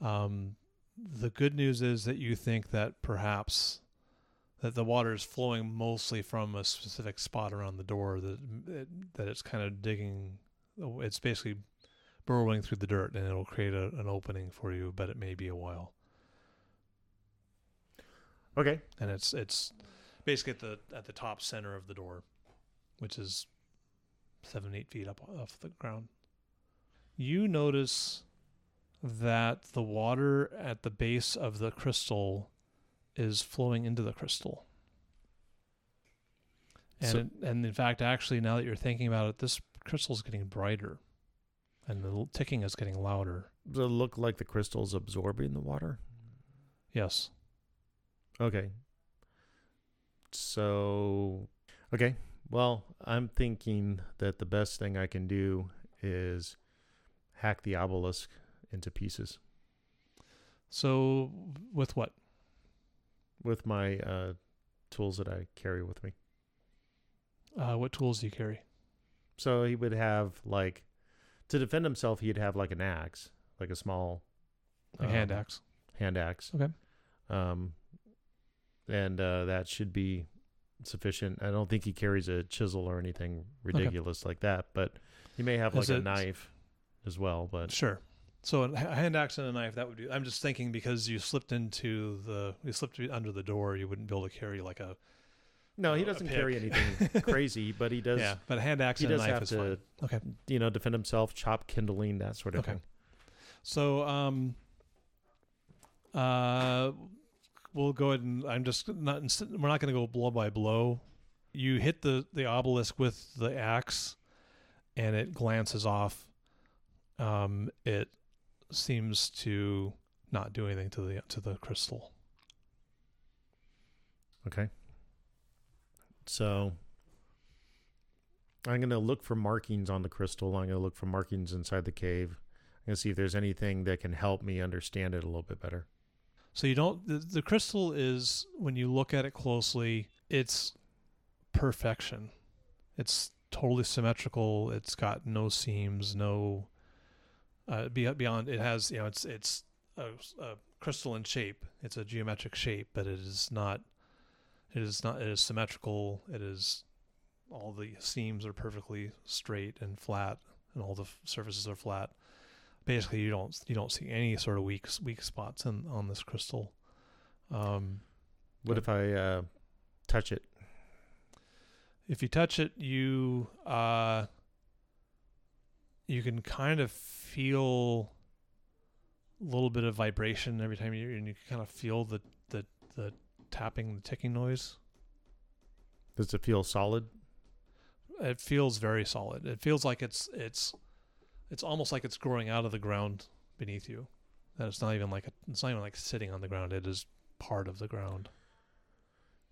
[SPEAKER 1] Um, the good news is that you think that perhaps that the water is flowing mostly from a specific spot around the door that it, that it's kind of digging it's basically burrowing through the dirt and it'll create a, an opening for you, but it may be a while.
[SPEAKER 3] Okay.
[SPEAKER 1] And it's it's basically at the at the top center of the door, which is seven eight feet up off the ground. You notice that the water at the base of the crystal is flowing into the crystal. And,
[SPEAKER 3] So-
[SPEAKER 1] it, and in fact, actually, now that you're thinking about it, this crystal's getting brighter, and the l- ticking is getting louder.
[SPEAKER 3] Does it look like the crystal's absorbing the water?
[SPEAKER 1] Yes.
[SPEAKER 3] Okay. So, okay. Well, I'm thinking that the best thing I can do is hack the obelisk into pieces
[SPEAKER 1] So with what?
[SPEAKER 3] with my uh, tools that I carry with me.
[SPEAKER 1] Uh, what tools do you carry?
[SPEAKER 3] So he would have like to defend himself. He'd have like an axe, like a small
[SPEAKER 1] Like hand
[SPEAKER 3] um,
[SPEAKER 1] axe.
[SPEAKER 3] hand axe.
[SPEAKER 1] Okay.
[SPEAKER 3] Um, and uh, that should be sufficient. I don't think he carries a chisel or anything ridiculous like that, but he may have like
[SPEAKER 1] Is
[SPEAKER 3] a
[SPEAKER 1] it-
[SPEAKER 3] knife as well. But
[SPEAKER 1] Sure. So a ha- hand axe and a knife. That would be. I'm just thinking because you slipped into the you slipped under the door. You wouldn't be able to carry like a
[SPEAKER 3] no, he
[SPEAKER 1] a
[SPEAKER 3] doesn't carry
[SPEAKER 1] pick.
[SPEAKER 3] anything crazy, but he does,
[SPEAKER 1] yeah. But a hand axe
[SPEAKER 3] he
[SPEAKER 1] and a
[SPEAKER 3] does
[SPEAKER 1] knife
[SPEAKER 3] have
[SPEAKER 1] is
[SPEAKER 3] to,
[SPEAKER 1] fine. Okay.
[SPEAKER 3] you know, defend himself, chop kindling, that sort of
[SPEAKER 1] Okay.
[SPEAKER 3] thing.
[SPEAKER 1] So um, uh, we'll go ahead and I'm just not. inst- We're not going to go blow by blow. You hit the the obelisk with the axe, and it glances off. Um, it seems to not do anything to the to the crystal.
[SPEAKER 3] So I'm going to look for markings on the crystal. I'm going to look for markings inside the cave. I'm going to see if there's anything that can help me understand it a little bit better.
[SPEAKER 1] So you don't. The, the crystal is when you look at it closely, it's perfection. It's totally symmetrical. It's got no seams, no uh, be- beyond. It has you know. It's it's a, a crystalline shape. It's a geometric shape, but it is not. It is not. It is symmetrical. It is. All the seams are perfectly straight and flat, and all the f- surfaces are flat basically you don't you don't see any sort of weak weak spots in on this crystal. Um,
[SPEAKER 3] What if I uh, touch it?
[SPEAKER 1] if you touch it, you uh, you can kind of feel a little bit of vibration every time you and you kind of feel the the the tapping, the ticking noise.
[SPEAKER 3] Does it feel solid?
[SPEAKER 1] It feels very solid. It feels like it's it's it's almost like it's growing out of the ground beneath you. That it's not even like a, it's not even like sitting on the ground. It is part of the ground.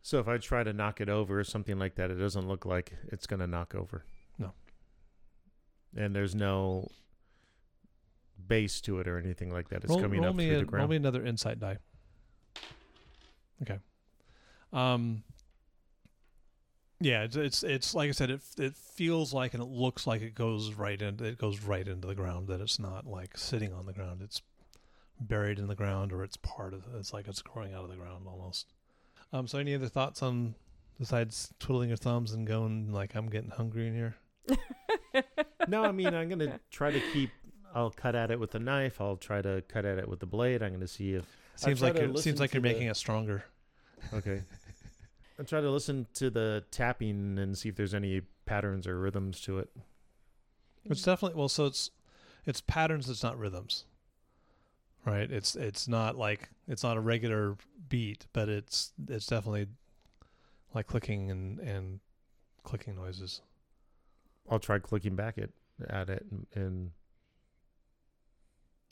[SPEAKER 3] So if I try to knock it over or something like that, it doesn't look like it's going to knock over.
[SPEAKER 1] No.
[SPEAKER 3] And there's no base to it or anything like that. It's
[SPEAKER 1] roll,
[SPEAKER 3] coming
[SPEAKER 1] roll
[SPEAKER 3] up
[SPEAKER 1] me
[SPEAKER 3] through
[SPEAKER 1] a-
[SPEAKER 3] the
[SPEAKER 1] Roll
[SPEAKER 3] ground.
[SPEAKER 1] me another insight die. Okay. Um. Yeah, it's it's, it's like I said, it f- it feels like and it looks like it goes right in. It goes right into the ground. That it's not like sitting on the ground. It's buried in the ground, or it's part of. It's like it's growing out of the ground almost. Um. So, any other thoughts on besides twiddling your thumbs and going like I'm getting hungry in here?
[SPEAKER 3] no, I mean I'm going to try to keep. I'll cut at it with a knife. I'll try to cut at it with the blade. I'm going to see if.
[SPEAKER 1] Seems
[SPEAKER 3] tried
[SPEAKER 1] like
[SPEAKER 3] to
[SPEAKER 1] you're,
[SPEAKER 3] listen
[SPEAKER 1] seems like
[SPEAKER 3] to
[SPEAKER 1] you're
[SPEAKER 3] the-
[SPEAKER 1] making it stronger.
[SPEAKER 3] Okay. I'll try to listen to the tapping and see if there's any patterns or rhythms to it.
[SPEAKER 1] It's definitely well. So it's it's patterns. It's not rhythms, right? It's it's not like it's not a regular beat, but it's it's definitely like clicking and and clicking noises.
[SPEAKER 3] I'll try clicking back it at it and, and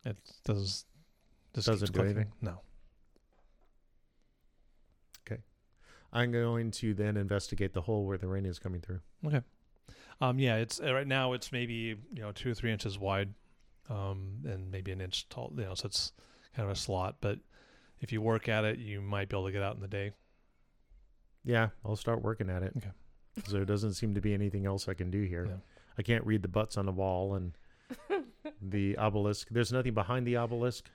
[SPEAKER 1] It does just
[SPEAKER 3] Doesn't
[SPEAKER 1] keeps
[SPEAKER 3] do
[SPEAKER 1] clicking.
[SPEAKER 3] anything?
[SPEAKER 1] No.
[SPEAKER 3] I'm going to then investigate the hole where the rain is coming through.
[SPEAKER 1] Um. Yeah. It's uh, right now. It's maybe you know two or three inches wide, um, and maybe an inch tall. You know, so it's kind of a slot. But if you work at it, you might be able to get out in the day.
[SPEAKER 3] Yeah, I'll start working at it.
[SPEAKER 1] Okay.
[SPEAKER 3] 'Cause there doesn't seem to be anything else I can do here.
[SPEAKER 1] Yeah.
[SPEAKER 3] I can't read the butts on the wall and the obelisk. There's nothing behind the obelisk.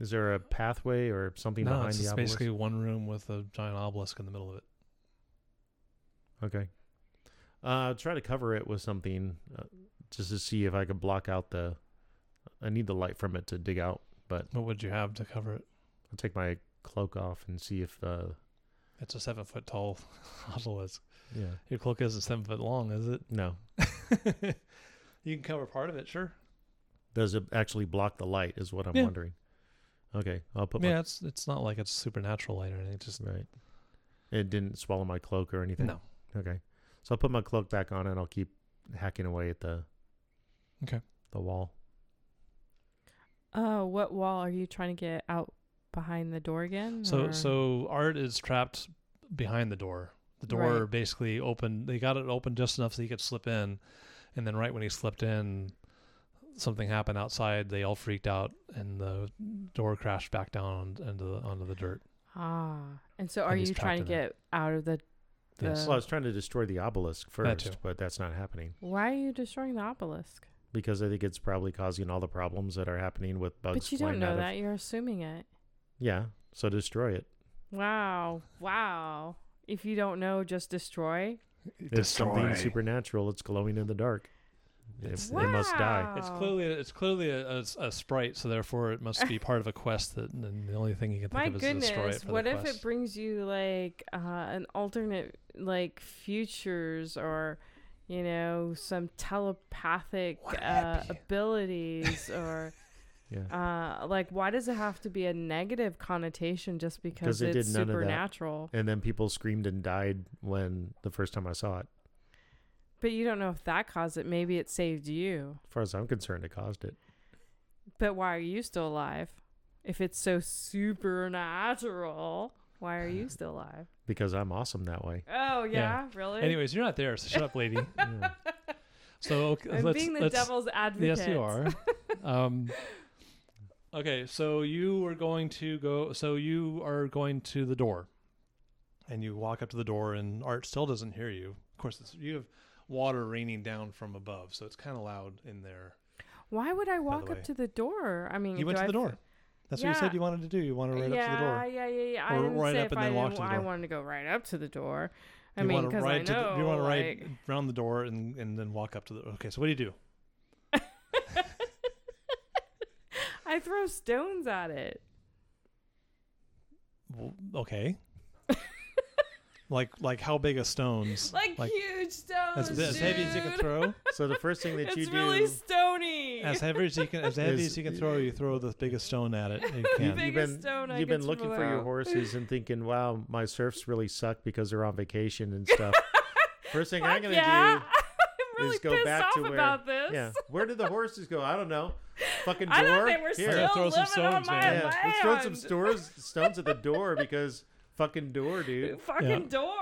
[SPEAKER 3] Is there a pathway or something
[SPEAKER 1] No,
[SPEAKER 3] behind
[SPEAKER 1] it's
[SPEAKER 3] the
[SPEAKER 1] just
[SPEAKER 3] obelisk?
[SPEAKER 1] basically one room with a giant obelisk in the middle of it.
[SPEAKER 3] Okay. Uh, I'll try to cover it with something uh, just to see if I could block out the. I need the light from it to dig out.
[SPEAKER 1] What would you have to cover it?
[SPEAKER 3] I'll take my cloak off and see if. Uh,
[SPEAKER 1] It's a seven foot tall obelisk.
[SPEAKER 3] yeah.
[SPEAKER 1] Your cloak isn't seven foot long, is
[SPEAKER 3] No.
[SPEAKER 1] it? you can cover part of it, sure.
[SPEAKER 3] Does it actually block the light? Is what I'm
[SPEAKER 1] Yeah.
[SPEAKER 3] wondering. Okay. I'll put
[SPEAKER 1] yeah, it's it's not like it's supernatural light or anything. Just
[SPEAKER 3] my. Right. It didn't swallow my cloak or anything.
[SPEAKER 1] no.
[SPEAKER 3] Okay. So I'll put my cloak back on and I'll keep hacking away at the.
[SPEAKER 1] Okay.
[SPEAKER 3] The wall.
[SPEAKER 4] Oh, what wall are you trying to get out behind the door again?
[SPEAKER 1] So
[SPEAKER 4] or-
[SPEAKER 1] so Art is trapped behind the door. The door
[SPEAKER 4] Right.
[SPEAKER 1] basically opened. They got it open just enough so he could slip in, and then right when he slipped in, something happened outside. They all freaked out, and the door crashed back down onto the, onto the dirt.
[SPEAKER 4] ah, and so
[SPEAKER 1] and
[SPEAKER 4] are
[SPEAKER 1] he's
[SPEAKER 4] you
[SPEAKER 1] trapped
[SPEAKER 4] trying to
[SPEAKER 1] in there.
[SPEAKER 4] get out of the
[SPEAKER 1] Yes.
[SPEAKER 4] The-
[SPEAKER 3] Well, I was trying to destroy the obelisk
[SPEAKER 1] That too.
[SPEAKER 3] first, but that's not happening
[SPEAKER 4] Why are you destroying the obelisk?
[SPEAKER 3] because I think it's probably causing all the problems that are happening with bugs.
[SPEAKER 4] but you don't
[SPEAKER 3] flying out
[SPEAKER 4] know
[SPEAKER 3] of-
[SPEAKER 4] that. You're assuming it.
[SPEAKER 3] Yeah, so destroy it.
[SPEAKER 4] Wow. Wow. If you don't know, just destroy.
[SPEAKER 3] It's something supernatural. It's glowing in the dark. It,
[SPEAKER 1] It's-
[SPEAKER 3] it must die.
[SPEAKER 1] It's
[SPEAKER 4] Wow.
[SPEAKER 1] clearly it's clearly a, a s- a sprite, so therefore it must be part of a quest. That and the only thing you can think
[SPEAKER 4] My
[SPEAKER 1] of is a sprite
[SPEAKER 4] goodness.
[SPEAKER 1] for
[SPEAKER 4] What
[SPEAKER 1] the
[SPEAKER 4] if
[SPEAKER 1] quest.
[SPEAKER 4] it brings you like uh, an alternate, like futures or, you know, some telepathic
[SPEAKER 1] What would
[SPEAKER 4] uh,
[SPEAKER 1] that be?
[SPEAKER 4] abilities or.
[SPEAKER 3] Yeah.
[SPEAKER 4] Uh, like, why does it have to be a negative connotation just because
[SPEAKER 3] 'Cause it did
[SPEAKER 4] it's
[SPEAKER 3] none of that.
[SPEAKER 4] supernatural?
[SPEAKER 3] And then people screamed and died when the first time I saw it.
[SPEAKER 4] But you don't know if that caused it. Maybe it saved you.
[SPEAKER 3] As far as I'm concerned, it caused it.
[SPEAKER 4] But why are you still alive? If it's so supernatural, why are you still alive?
[SPEAKER 3] Because I'm awesome that way.
[SPEAKER 4] Oh, yeah,
[SPEAKER 1] Yeah.
[SPEAKER 4] really?
[SPEAKER 1] Anyways, you're not there, so shut up, lady.
[SPEAKER 3] Yeah.
[SPEAKER 1] So okay,
[SPEAKER 4] I'm
[SPEAKER 1] let's,
[SPEAKER 4] being the
[SPEAKER 1] let's,
[SPEAKER 4] devil's advocate.
[SPEAKER 1] Yes, you are. um, okay, so you are going to go. So you are going to the door, and you walk up to the door, and Art still doesn't hear you. Of course, it's, you have water raining down from above, so it's kind of loud in there.
[SPEAKER 4] Why would I walk
[SPEAKER 1] way.
[SPEAKER 4] up to the door? I mean,
[SPEAKER 1] You went
[SPEAKER 4] Mm,
[SPEAKER 1] to
[SPEAKER 4] do I
[SPEAKER 1] the
[SPEAKER 4] f-
[SPEAKER 1] door. That's what you said
[SPEAKER 4] Yeah.
[SPEAKER 1] you wanted to do. You wanted to ride
[SPEAKER 4] yeah,
[SPEAKER 1] up to the door.
[SPEAKER 4] yeah, yeah, yeah. I
[SPEAKER 1] Or
[SPEAKER 4] didn't
[SPEAKER 1] right
[SPEAKER 4] say
[SPEAKER 1] up
[SPEAKER 4] if
[SPEAKER 1] and
[SPEAKER 4] I
[SPEAKER 1] then walk
[SPEAKER 4] didn't-
[SPEAKER 1] to the
[SPEAKER 4] I
[SPEAKER 1] door.
[SPEAKER 4] wanted to go right up to the door. I
[SPEAKER 1] you
[SPEAKER 4] mean,
[SPEAKER 1] wanna
[SPEAKER 4] because I
[SPEAKER 1] ride to
[SPEAKER 4] know,
[SPEAKER 1] the, you want to ride
[SPEAKER 4] like,
[SPEAKER 1] around the door and, and then walk up to the. Okay, so what do you do?
[SPEAKER 4] I throw stones at it.
[SPEAKER 1] W- Okay. like like how big a stones?
[SPEAKER 4] Like, huge stones.
[SPEAKER 1] as, as heavy as you can
[SPEAKER 4] Oh, dude.
[SPEAKER 1] throw.
[SPEAKER 3] So the first thing that
[SPEAKER 4] It's
[SPEAKER 3] you do,
[SPEAKER 4] really stony.
[SPEAKER 1] As heavy as you can, as heavy
[SPEAKER 3] Is-
[SPEAKER 1] as you can throw, you throw the biggest stone at it. You
[SPEAKER 4] The
[SPEAKER 1] can.
[SPEAKER 4] biggest
[SPEAKER 3] you've been
[SPEAKER 4] stone I
[SPEAKER 3] you've
[SPEAKER 4] could
[SPEAKER 3] been looking
[SPEAKER 4] throw
[SPEAKER 3] for your
[SPEAKER 4] out.
[SPEAKER 3] horses and thinking, "Wow, my surfs really suck because they're on vacation and stuff." first thing I'm
[SPEAKER 4] Fuck
[SPEAKER 3] gonna
[SPEAKER 4] yeah. I'm
[SPEAKER 3] do
[SPEAKER 4] really
[SPEAKER 3] is go
[SPEAKER 4] pissed
[SPEAKER 3] back
[SPEAKER 4] off
[SPEAKER 3] to where.
[SPEAKER 4] about this.
[SPEAKER 3] Yeah, where did the horses go? I don't know. Fucking door.
[SPEAKER 4] I thought they were
[SPEAKER 3] Here.
[SPEAKER 1] Yeah, throw
[SPEAKER 4] still
[SPEAKER 1] some
[SPEAKER 4] living on
[SPEAKER 1] stones,
[SPEAKER 4] my
[SPEAKER 1] man.
[SPEAKER 3] Yeah,
[SPEAKER 4] land.
[SPEAKER 3] let's throw some stores, stones at the door because fucking door, dude.
[SPEAKER 4] Fucking
[SPEAKER 1] Yeah.
[SPEAKER 4] door.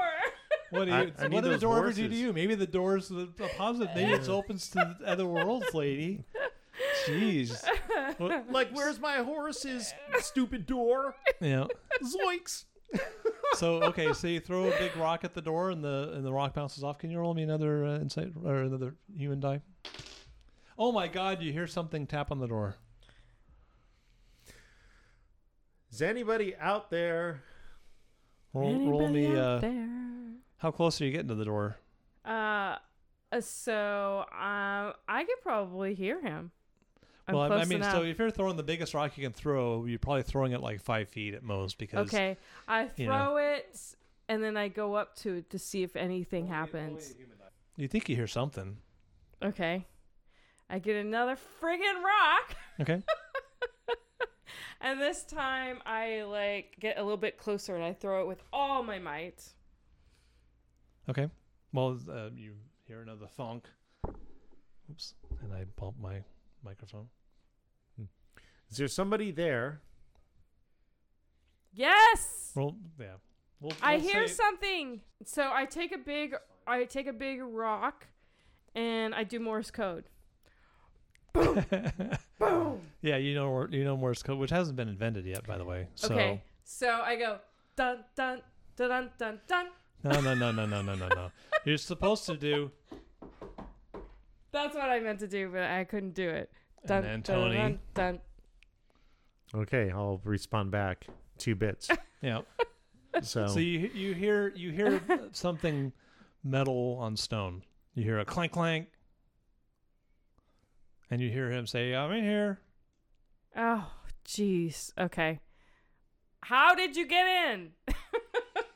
[SPEAKER 1] What do you?
[SPEAKER 3] I- I need
[SPEAKER 1] what did the
[SPEAKER 3] those
[SPEAKER 1] door ever do to
[SPEAKER 3] horses.
[SPEAKER 1] you? Maybe the door's the, the positive. Maybe it's opens to the other worlds, lady. Jeez. Well,
[SPEAKER 3] Like, where's my horses? Stupid door.
[SPEAKER 1] yeah.
[SPEAKER 3] Zoinks.
[SPEAKER 1] So okay, so you throw a big rock at the door, and the and the rock bounces off. Can you roll me another uh, insight or another human die? Oh my God! You hear something tap on the door.
[SPEAKER 3] Is anybody out there?
[SPEAKER 1] Roll, roll me. Uh, how close are you getting to the door?
[SPEAKER 4] Uh, uh, so um, I could probably hear him. I'm
[SPEAKER 1] well, I-
[SPEAKER 4] close
[SPEAKER 1] I mean,
[SPEAKER 4] enough.
[SPEAKER 1] so if you're throwing the biggest rock you can throw, you're probably throwing it like five feet at most because
[SPEAKER 4] okay, I throw
[SPEAKER 1] you know.
[SPEAKER 4] it and then I go up to it to see if anything happens.
[SPEAKER 1] you think you hear something.
[SPEAKER 4] Okay, I get another friggin' rock.
[SPEAKER 1] Okay.
[SPEAKER 4] And this time I like get a little bit closer and I throw it with all my might.
[SPEAKER 1] Okay. Well, uh, you hear another thunk. Oops. And I bumped my microphone.
[SPEAKER 3] Is there somebody there?
[SPEAKER 4] Yes.
[SPEAKER 1] Well, yeah. We'll,
[SPEAKER 4] I
[SPEAKER 1] we'll
[SPEAKER 4] hear
[SPEAKER 1] say-
[SPEAKER 4] something. So I take a big I take a big rock and I do Morse code.
[SPEAKER 1] Yeah, you know, wor- you know Morse code, which hasn't been invented yet, by the way. So
[SPEAKER 4] Okay. So I go dun dun dun dun dun dun.
[SPEAKER 1] no, no, no, no, no, no, no, no. You're supposed to do
[SPEAKER 4] That's what I meant to do, but I couldn't do it.
[SPEAKER 1] And
[SPEAKER 4] Dun
[SPEAKER 1] then
[SPEAKER 4] dun,
[SPEAKER 1] Tony.
[SPEAKER 4] dun dun.
[SPEAKER 3] Okay, I'll respond back. Two bits.
[SPEAKER 1] yeah.
[SPEAKER 3] So,
[SPEAKER 1] So you you hear you hear something metal on stone. You hear a clank clank, and you hear him say, "I'm in here."
[SPEAKER 4] Oh, jeez. Okay. How did you get in?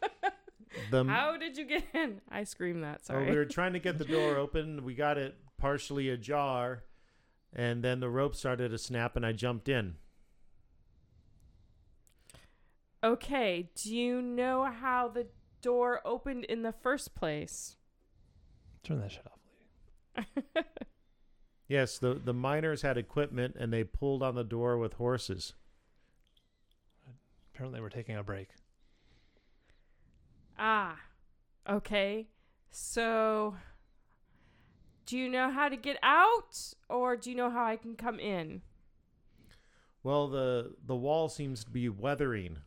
[SPEAKER 3] the
[SPEAKER 4] How did you get in? I screamed that.
[SPEAKER 1] Oh,
[SPEAKER 3] well, we
[SPEAKER 4] Sorry.
[SPEAKER 3] were trying to get the door open. We got it partially ajar, and then the rope started to snap, and I jumped in.
[SPEAKER 4] Okay, do you know how the door opened in the first place?
[SPEAKER 1] Turn that shit off, lady.
[SPEAKER 3] Yes, the the miners had equipment, and they pulled on the door with horses.
[SPEAKER 1] Apparently, we're taking a break.
[SPEAKER 4] Ah, okay. So, do you know how to get out, or do you know how I can come in?
[SPEAKER 3] Well, the the wall seems to be weathering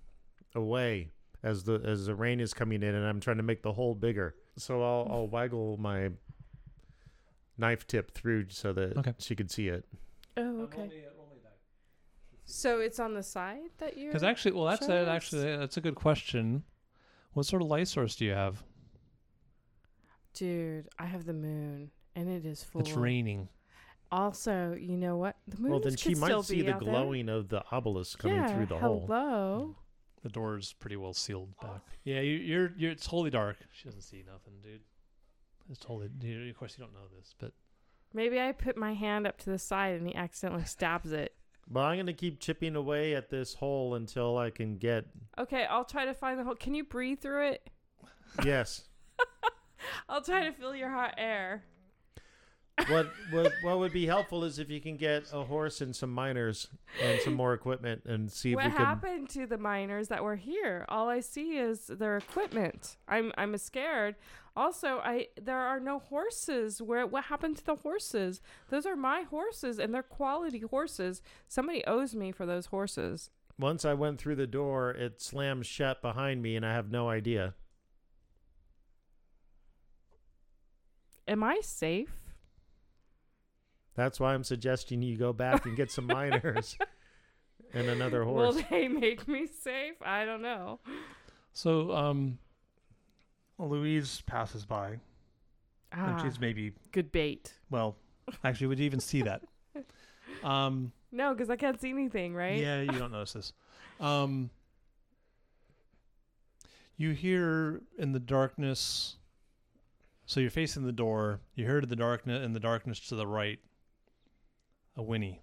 [SPEAKER 3] away, as the as the rain is coming in, and I'm trying to make the hole bigger. So I'll I'll waggle my knife tip through so that
[SPEAKER 1] Okay.
[SPEAKER 3] she could see it.
[SPEAKER 4] Oh, okay. So it's on the side that you're.
[SPEAKER 1] Because actually, well, that's
[SPEAKER 4] Sure.
[SPEAKER 1] that actually that's a good question. What sort of light source do you have?
[SPEAKER 4] Dude, I have the moon, and it is full.
[SPEAKER 1] It's raining.
[SPEAKER 4] Also, you know what? The moon.
[SPEAKER 3] well, then she
[SPEAKER 4] could
[SPEAKER 3] might
[SPEAKER 4] still
[SPEAKER 3] see
[SPEAKER 4] be
[SPEAKER 3] the
[SPEAKER 4] out there.
[SPEAKER 3] glowing of the obelisk coming
[SPEAKER 4] yeah,
[SPEAKER 3] through the
[SPEAKER 4] hello.
[SPEAKER 3] hole.
[SPEAKER 1] The door's pretty well sealed back. Yeah, you, you're you're. It's totally dark. Oh. She doesn't see nothing, dude. It's totally. You, of course, you don't know this, but
[SPEAKER 4] Maybe I put my hand up to the side and he accidentally stabs it.
[SPEAKER 3] But I'm gonna keep chipping away at this hole until I can get
[SPEAKER 4] Okay, I'll try to find the hole. Can you breathe through it?
[SPEAKER 3] yes.
[SPEAKER 4] I'll try to feel your hot air.
[SPEAKER 3] what what what would be helpful is if you can get a horse and some miners and some more equipment and see if
[SPEAKER 4] what
[SPEAKER 3] we can.
[SPEAKER 4] happened to the miners that were here? All I see is their equipment. I'm I'm scared. Also, I there are no horses. Where what happened to the horses? Those are my horses and they're quality horses. Somebody owes me for those horses.
[SPEAKER 3] Once I went through the door, it slammed shut behind me, and I have no idea.
[SPEAKER 4] Am I safe?
[SPEAKER 3] That's why I'm suggesting you go back and get some miners and another horse.
[SPEAKER 4] Will they make me safe? I don't know.
[SPEAKER 1] so um,
[SPEAKER 5] Louise passes by, and
[SPEAKER 4] Ah,
[SPEAKER 5] she's maybe
[SPEAKER 4] good bait.
[SPEAKER 5] well. Actually, would you even see that?
[SPEAKER 1] um,
[SPEAKER 4] No, because I can't see anything, right?
[SPEAKER 1] yeah, you don't notice this. Um, you hear in the darkness. So you're facing the door. You hear to the darkness in the darkness to the right. A whinny.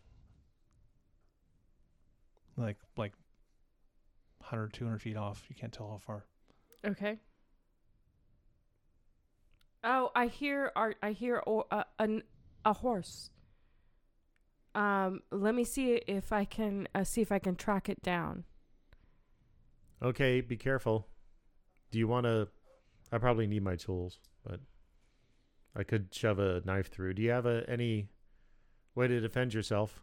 [SPEAKER 1] Like like. 100, 200 feet off. You can't tell how far.
[SPEAKER 4] Okay. Oh, I hear ar- I hear or a an, a horse. Um, let me see if I can uh, see if I can track it down.
[SPEAKER 3] Okay, be careful. Do you want to? I probably need my tools, but I could shove a knife through. Do you have a, any way to defend yourself?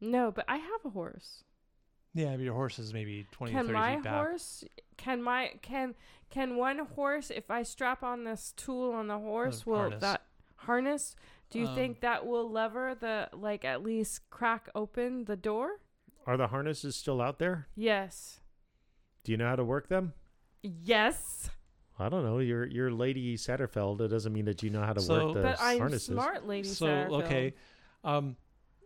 [SPEAKER 4] No, but I have a horse.
[SPEAKER 1] Yeah, but your horse is maybe 20
[SPEAKER 4] Can
[SPEAKER 1] 30
[SPEAKER 4] my
[SPEAKER 1] feet back.
[SPEAKER 4] horse? Can my can can one horse? If I strap on this tool on the horse, will
[SPEAKER 1] harness.
[SPEAKER 4] that harness? Do you
[SPEAKER 1] Um,
[SPEAKER 4] think that will lever the like at least crack open the door?
[SPEAKER 3] Are the harnesses still out there?
[SPEAKER 4] Yes.
[SPEAKER 3] Do you know how to work them?
[SPEAKER 4] Yes.
[SPEAKER 3] I don't know. You're you're Lady Satterfeld. It doesn't mean that you know how to
[SPEAKER 1] So-
[SPEAKER 3] work the
[SPEAKER 4] but I'm
[SPEAKER 3] harnesses.
[SPEAKER 4] smart, lady.
[SPEAKER 1] so
[SPEAKER 4] Satterfield.
[SPEAKER 1] okay um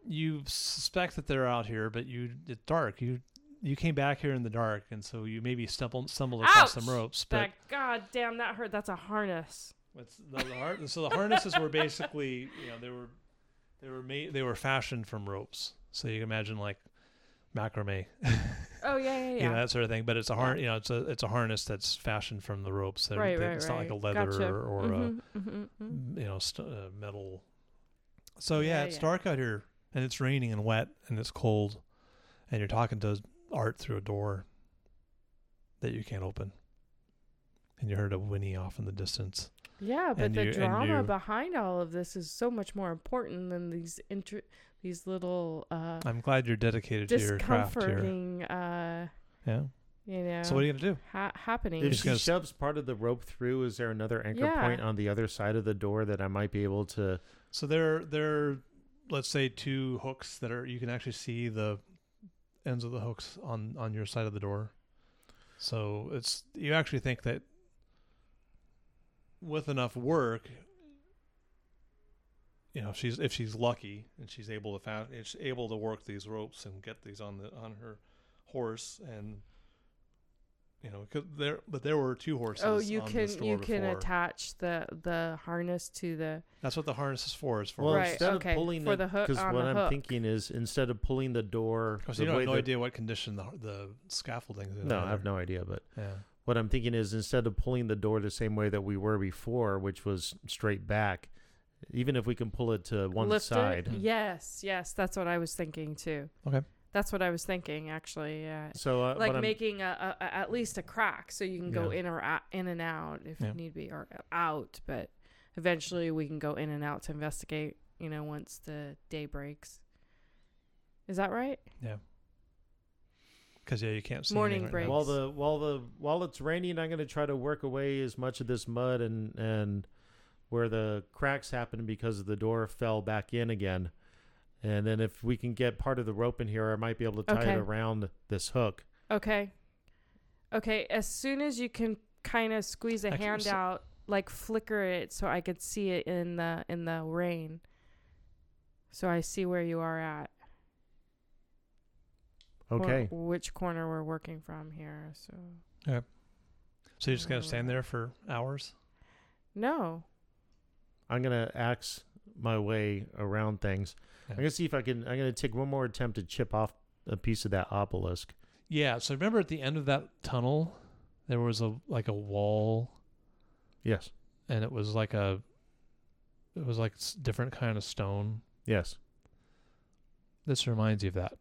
[SPEAKER 1] you suspect that they're out here but you it's dark you you came back here in the dark and so you maybe stumbled stumbled across some
[SPEAKER 4] Ouch!
[SPEAKER 1] ropes but
[SPEAKER 4] That god damn that hurt. That's a harness.
[SPEAKER 1] it's the, the har- so the harnesses were basically you know they were they were made they were fashioned from ropes so you can imagine like macrame
[SPEAKER 4] Oh yeah, yeah, yeah.
[SPEAKER 1] you know that sort of thing but it's a har- you know it's a it's a harness that's fashioned from the ropes They're-
[SPEAKER 4] right,
[SPEAKER 1] they-
[SPEAKER 4] right,
[SPEAKER 1] it's
[SPEAKER 4] right.
[SPEAKER 1] not like a leather
[SPEAKER 4] gotcha.
[SPEAKER 1] or, uh, or a
[SPEAKER 4] Mhm, mhm, mhm.
[SPEAKER 1] you know st- uh, metal so yeah,
[SPEAKER 4] Yeah,
[SPEAKER 1] it's
[SPEAKER 4] yeah.
[SPEAKER 1] dark out here and it's raining and wet and it's cold and you're talking to art through a door that you can't open and you heard a whinny off in the distance
[SPEAKER 4] yeah, but
[SPEAKER 1] and
[SPEAKER 4] the
[SPEAKER 1] you- and
[SPEAKER 4] drama
[SPEAKER 1] you-
[SPEAKER 4] behind all of this is so much more important than these inter- these little uh,
[SPEAKER 1] i'm glad you're dedicated to your craft here
[SPEAKER 4] discomforting, uh,
[SPEAKER 1] yeah
[SPEAKER 4] you know,
[SPEAKER 1] so what are you gonna do
[SPEAKER 4] ha- happening.
[SPEAKER 3] If
[SPEAKER 1] Just
[SPEAKER 3] she
[SPEAKER 1] gonna s-
[SPEAKER 3] shoves part of the rope through, is there another anchor
[SPEAKER 4] Yeah.
[SPEAKER 3] point on the other side of the door that I might be able to?
[SPEAKER 1] so there there are, let's say two hooks that are you can actually see the ends of the hooks on on your side of the door so it's you actually think that with enough work you know if she's if she's lucky and she's able to fa- it's able to work these ropes and get these on the on her horse and you know 'cause there but there were two horses
[SPEAKER 4] Oh, you
[SPEAKER 1] on
[SPEAKER 4] can
[SPEAKER 1] this door
[SPEAKER 4] you can
[SPEAKER 1] before.
[SPEAKER 4] attach the the harness to the
[SPEAKER 1] that's what the harness is for is for
[SPEAKER 3] Well,
[SPEAKER 4] Right,
[SPEAKER 1] horses.
[SPEAKER 3] instead
[SPEAKER 4] okay,
[SPEAKER 3] of pulling
[SPEAKER 4] for the hook-
[SPEAKER 3] because
[SPEAKER 4] on
[SPEAKER 3] what
[SPEAKER 4] the
[SPEAKER 3] I'm
[SPEAKER 4] hook.
[SPEAKER 3] thinking is instead of pulling the door,
[SPEAKER 1] Because
[SPEAKER 3] the
[SPEAKER 1] Oh, you don't
[SPEAKER 3] way
[SPEAKER 1] have no
[SPEAKER 3] that-
[SPEAKER 1] idea what condition the the scaffolding is in.
[SPEAKER 3] No,
[SPEAKER 1] either.
[SPEAKER 3] I have no idea. But
[SPEAKER 1] Yeah.
[SPEAKER 3] what I'm thinking is instead of pulling the door the same way that we were before, which was straight back, even if we can pull it to one
[SPEAKER 4] lift it.
[SPEAKER 3] side.
[SPEAKER 4] Yes, yes, that's what I was thinking too.
[SPEAKER 1] Okay.
[SPEAKER 4] That's what I was thinking actually. Yeah.
[SPEAKER 3] So uh,
[SPEAKER 4] like
[SPEAKER 3] what I'm-
[SPEAKER 4] making a, a, a at least a crack so you can go
[SPEAKER 1] Yeah.
[SPEAKER 4] in or out, in and out if
[SPEAKER 1] Yeah.
[SPEAKER 4] need be or out but eventually we can go in and out to investigate you know once the day breaks is that right
[SPEAKER 1] because yeah, you can't see
[SPEAKER 4] Morning
[SPEAKER 1] anything right now.
[SPEAKER 4] breaks.
[SPEAKER 3] While the while the while it's raining, I'm going to try to work away as much of this mud and and where the cracks happened because the door fell back in again. And then if we can get part of the rope in here, I might be able to tie
[SPEAKER 4] Okay.
[SPEAKER 3] it around this hook.
[SPEAKER 4] Okay. Okay. As soon as you can kind of squeeze a
[SPEAKER 1] I can
[SPEAKER 4] hand
[SPEAKER 1] s-
[SPEAKER 4] out, like flicker it so I could see it in the in the rain. So I see where you are at. or
[SPEAKER 3] Okay.
[SPEAKER 4] which corner we're working from here. So
[SPEAKER 1] So you're just gonna stand there for hours.
[SPEAKER 4] no.
[SPEAKER 3] I'm going to axe my way around things.
[SPEAKER 1] Yeah.
[SPEAKER 3] I'm going to see if I can I'm going to take one more attempt to chip off a piece of that obelisk.
[SPEAKER 1] Yeah. So remember at the end of that tunnel, there was a like a wall,
[SPEAKER 3] Yes.
[SPEAKER 1] and it was like a, it was like s- different kind of stone.
[SPEAKER 3] Yes.
[SPEAKER 1] This reminds you of that.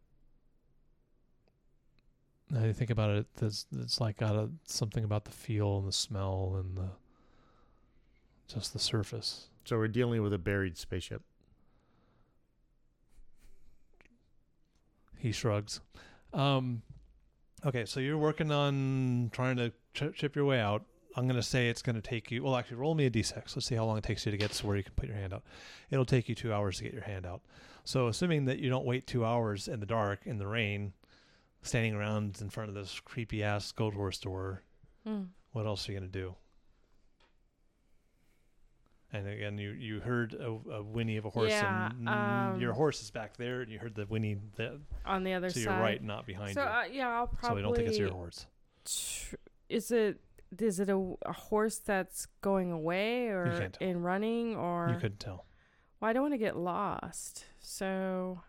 [SPEAKER 1] Now you think about it, it's, it's like got a, something about the feel and the smell and the just the surface.
[SPEAKER 3] So we're dealing with a buried spaceship.
[SPEAKER 1] He shrugs. Um, okay, so you're working on trying to ch- chip your way out. I'm going to say it's going to take you. Well, actually, roll me a d6. Let's see how long it takes you to get to where you can put your hand out. It'll take you two hours to get your hand out. So, assuming that you don't wait two hours in the dark, in the rain, standing around in front of this creepy ass gold horse door,
[SPEAKER 4] Mm.
[SPEAKER 1] what else are you going to do? And again, you, you heard a, a whinny of a horse,
[SPEAKER 4] Yeah,
[SPEAKER 1] and mm, your
[SPEAKER 4] um,
[SPEAKER 1] horse is back there, and you heard the whinny that
[SPEAKER 4] On the other
[SPEAKER 1] to
[SPEAKER 4] side.
[SPEAKER 1] your right, not behind
[SPEAKER 4] So
[SPEAKER 1] you.
[SPEAKER 4] uh, yeah, I'll
[SPEAKER 1] so
[SPEAKER 4] probably.
[SPEAKER 1] I don't think it's your horse.
[SPEAKER 4] tr- Is it? Is it a, a horse that's going away or
[SPEAKER 1] can't tell.
[SPEAKER 4] in running or?
[SPEAKER 1] You couldn't tell.
[SPEAKER 4] well, I don't want to get lost. So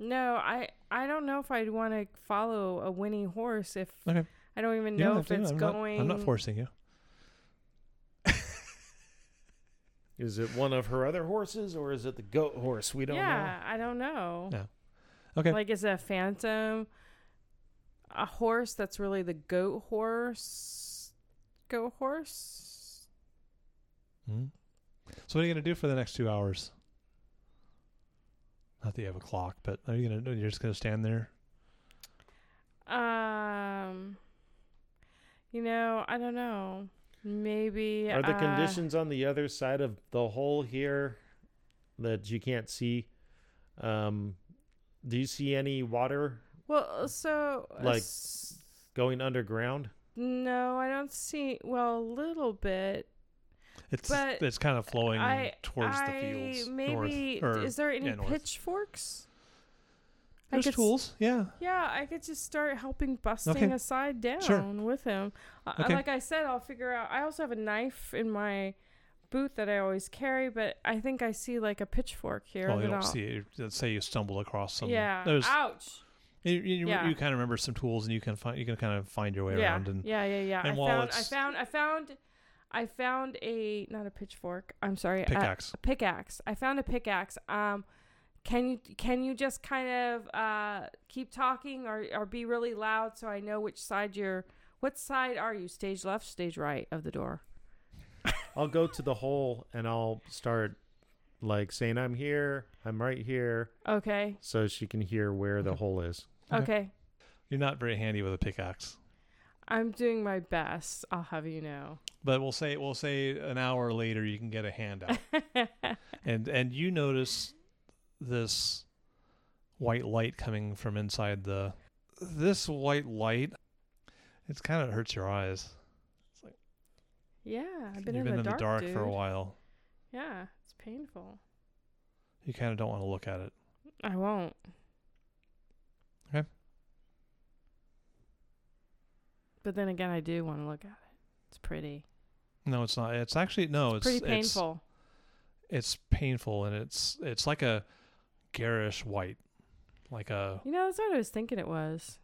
[SPEAKER 4] no, I I don't know if I'd want to follow a whinny horse if
[SPEAKER 1] Okay.
[SPEAKER 4] I don't even
[SPEAKER 1] You don't
[SPEAKER 4] know
[SPEAKER 1] have
[SPEAKER 4] if
[SPEAKER 1] to.
[SPEAKER 4] it's
[SPEAKER 1] I'm not-
[SPEAKER 4] going.
[SPEAKER 1] I'm not forcing you.
[SPEAKER 3] Is it one of her other horses or is it the goat horse? We don't know.
[SPEAKER 4] yeah, I don't know.
[SPEAKER 1] Yeah. Okay.
[SPEAKER 4] Like, is it a phantom? A horse that's really the goat horse? Goat horse?
[SPEAKER 1] Mhm. So what are you going to do for the next two hours? Not that you have a clock, but are you going to? You're just going to stand there.
[SPEAKER 4] Um, you know, I don't know. Maybe
[SPEAKER 3] Are the
[SPEAKER 4] uh,
[SPEAKER 3] conditions on the other side of the hole here that you can't see? Um, do you see any water
[SPEAKER 4] Well, so uh,
[SPEAKER 3] Like-
[SPEAKER 4] s-
[SPEAKER 3] going underground?
[SPEAKER 4] no, I don't see. Well, a little bit.
[SPEAKER 1] It's
[SPEAKER 4] But
[SPEAKER 1] it's kind of flowing
[SPEAKER 4] I
[SPEAKER 1] towards
[SPEAKER 4] I,
[SPEAKER 1] the fields.
[SPEAKER 4] Maybe
[SPEAKER 1] north, or,
[SPEAKER 4] is there any
[SPEAKER 1] yeah, north.
[SPEAKER 4] pitchforks? I
[SPEAKER 1] There's
[SPEAKER 4] could s-
[SPEAKER 1] tools. Yeah.
[SPEAKER 4] Yeah, I could just start helping busting
[SPEAKER 1] Okay.
[SPEAKER 4] a side down
[SPEAKER 1] Sure.
[SPEAKER 4] with him. I I-
[SPEAKER 1] Okay.
[SPEAKER 4] Like I said, I'll figure out. I also have a knife in my boot that I always carry, but I think I see like a pitchfork here.
[SPEAKER 1] Well, you
[SPEAKER 4] that
[SPEAKER 1] don't
[SPEAKER 4] I'll-
[SPEAKER 1] see it. Let's say you stumble across some.
[SPEAKER 4] Yeah.
[SPEAKER 1] There's,
[SPEAKER 4] Ouch.
[SPEAKER 1] you, you,
[SPEAKER 4] Yeah.
[SPEAKER 1] you kind of remember some tools, and you can find you can kind of find your way
[SPEAKER 4] yeah.
[SPEAKER 1] around. And
[SPEAKER 4] yeah. Yeah. Yeah.
[SPEAKER 1] and
[SPEAKER 4] I,
[SPEAKER 1] while
[SPEAKER 4] found, I
[SPEAKER 1] it's-
[SPEAKER 4] found. I found. I found a not a pitchfork. I'm sorry. a-
[SPEAKER 1] Pickaxe.
[SPEAKER 4] A, pickaxe. I found a pickaxe. Um, can you can you just kind of uh keep talking or or be really loud so I know which side you're. What side are you? Stage left, stage right of the door.
[SPEAKER 3] I'll go to the hole and I'll start like saying, I'm here, I'm right here,
[SPEAKER 4] Okay.
[SPEAKER 3] so she can hear where the hole is.
[SPEAKER 1] Okay.
[SPEAKER 4] Okay.
[SPEAKER 1] you're not very handy with a pickaxe.
[SPEAKER 4] I'm doing my best. I'll have you know.
[SPEAKER 1] But we'll say we'll say an hour later you can get a handout. and and you notice this white light coming from inside the this white light it's kind of hurts your eyes.
[SPEAKER 4] yeah, I've been,
[SPEAKER 1] You've
[SPEAKER 4] in,
[SPEAKER 1] been
[SPEAKER 4] the,
[SPEAKER 1] in
[SPEAKER 4] dark,
[SPEAKER 1] the dark for a
[SPEAKER 4] dude.
[SPEAKER 1] while.
[SPEAKER 4] Yeah, it's painful.
[SPEAKER 1] You kind of don't want to look at it.
[SPEAKER 4] I won't.
[SPEAKER 1] Okay.
[SPEAKER 4] But then again, I do want to look at it. It's pretty.
[SPEAKER 1] No, it's not. It's actually no, it's
[SPEAKER 4] pretty
[SPEAKER 1] it's-
[SPEAKER 4] painful.
[SPEAKER 1] It's, painful and it's it's like a garish white. Like a
[SPEAKER 4] You know, that's what I was thinking it was.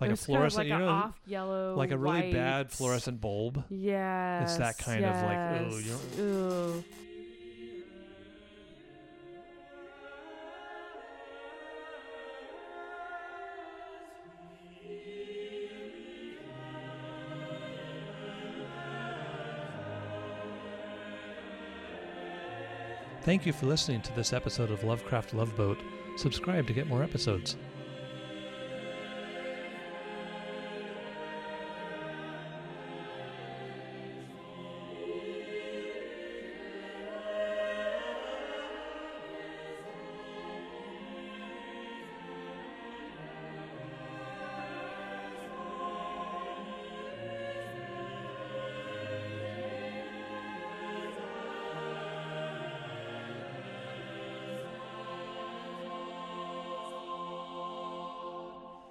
[SPEAKER 1] like
[SPEAKER 4] it
[SPEAKER 1] a
[SPEAKER 4] was kind of
[SPEAKER 1] fluorescent,
[SPEAKER 4] like
[SPEAKER 1] you
[SPEAKER 4] a
[SPEAKER 1] know,
[SPEAKER 4] off yellow,
[SPEAKER 1] like a really
[SPEAKER 4] white.
[SPEAKER 1] bad fluorescent bulb.
[SPEAKER 4] Yeah.
[SPEAKER 1] kind of like, ooh, you
[SPEAKER 4] yes. Ooh.
[SPEAKER 1] Thank you for listening to this episode of Lovecraft Love Boat. Subscribe to get more episodes.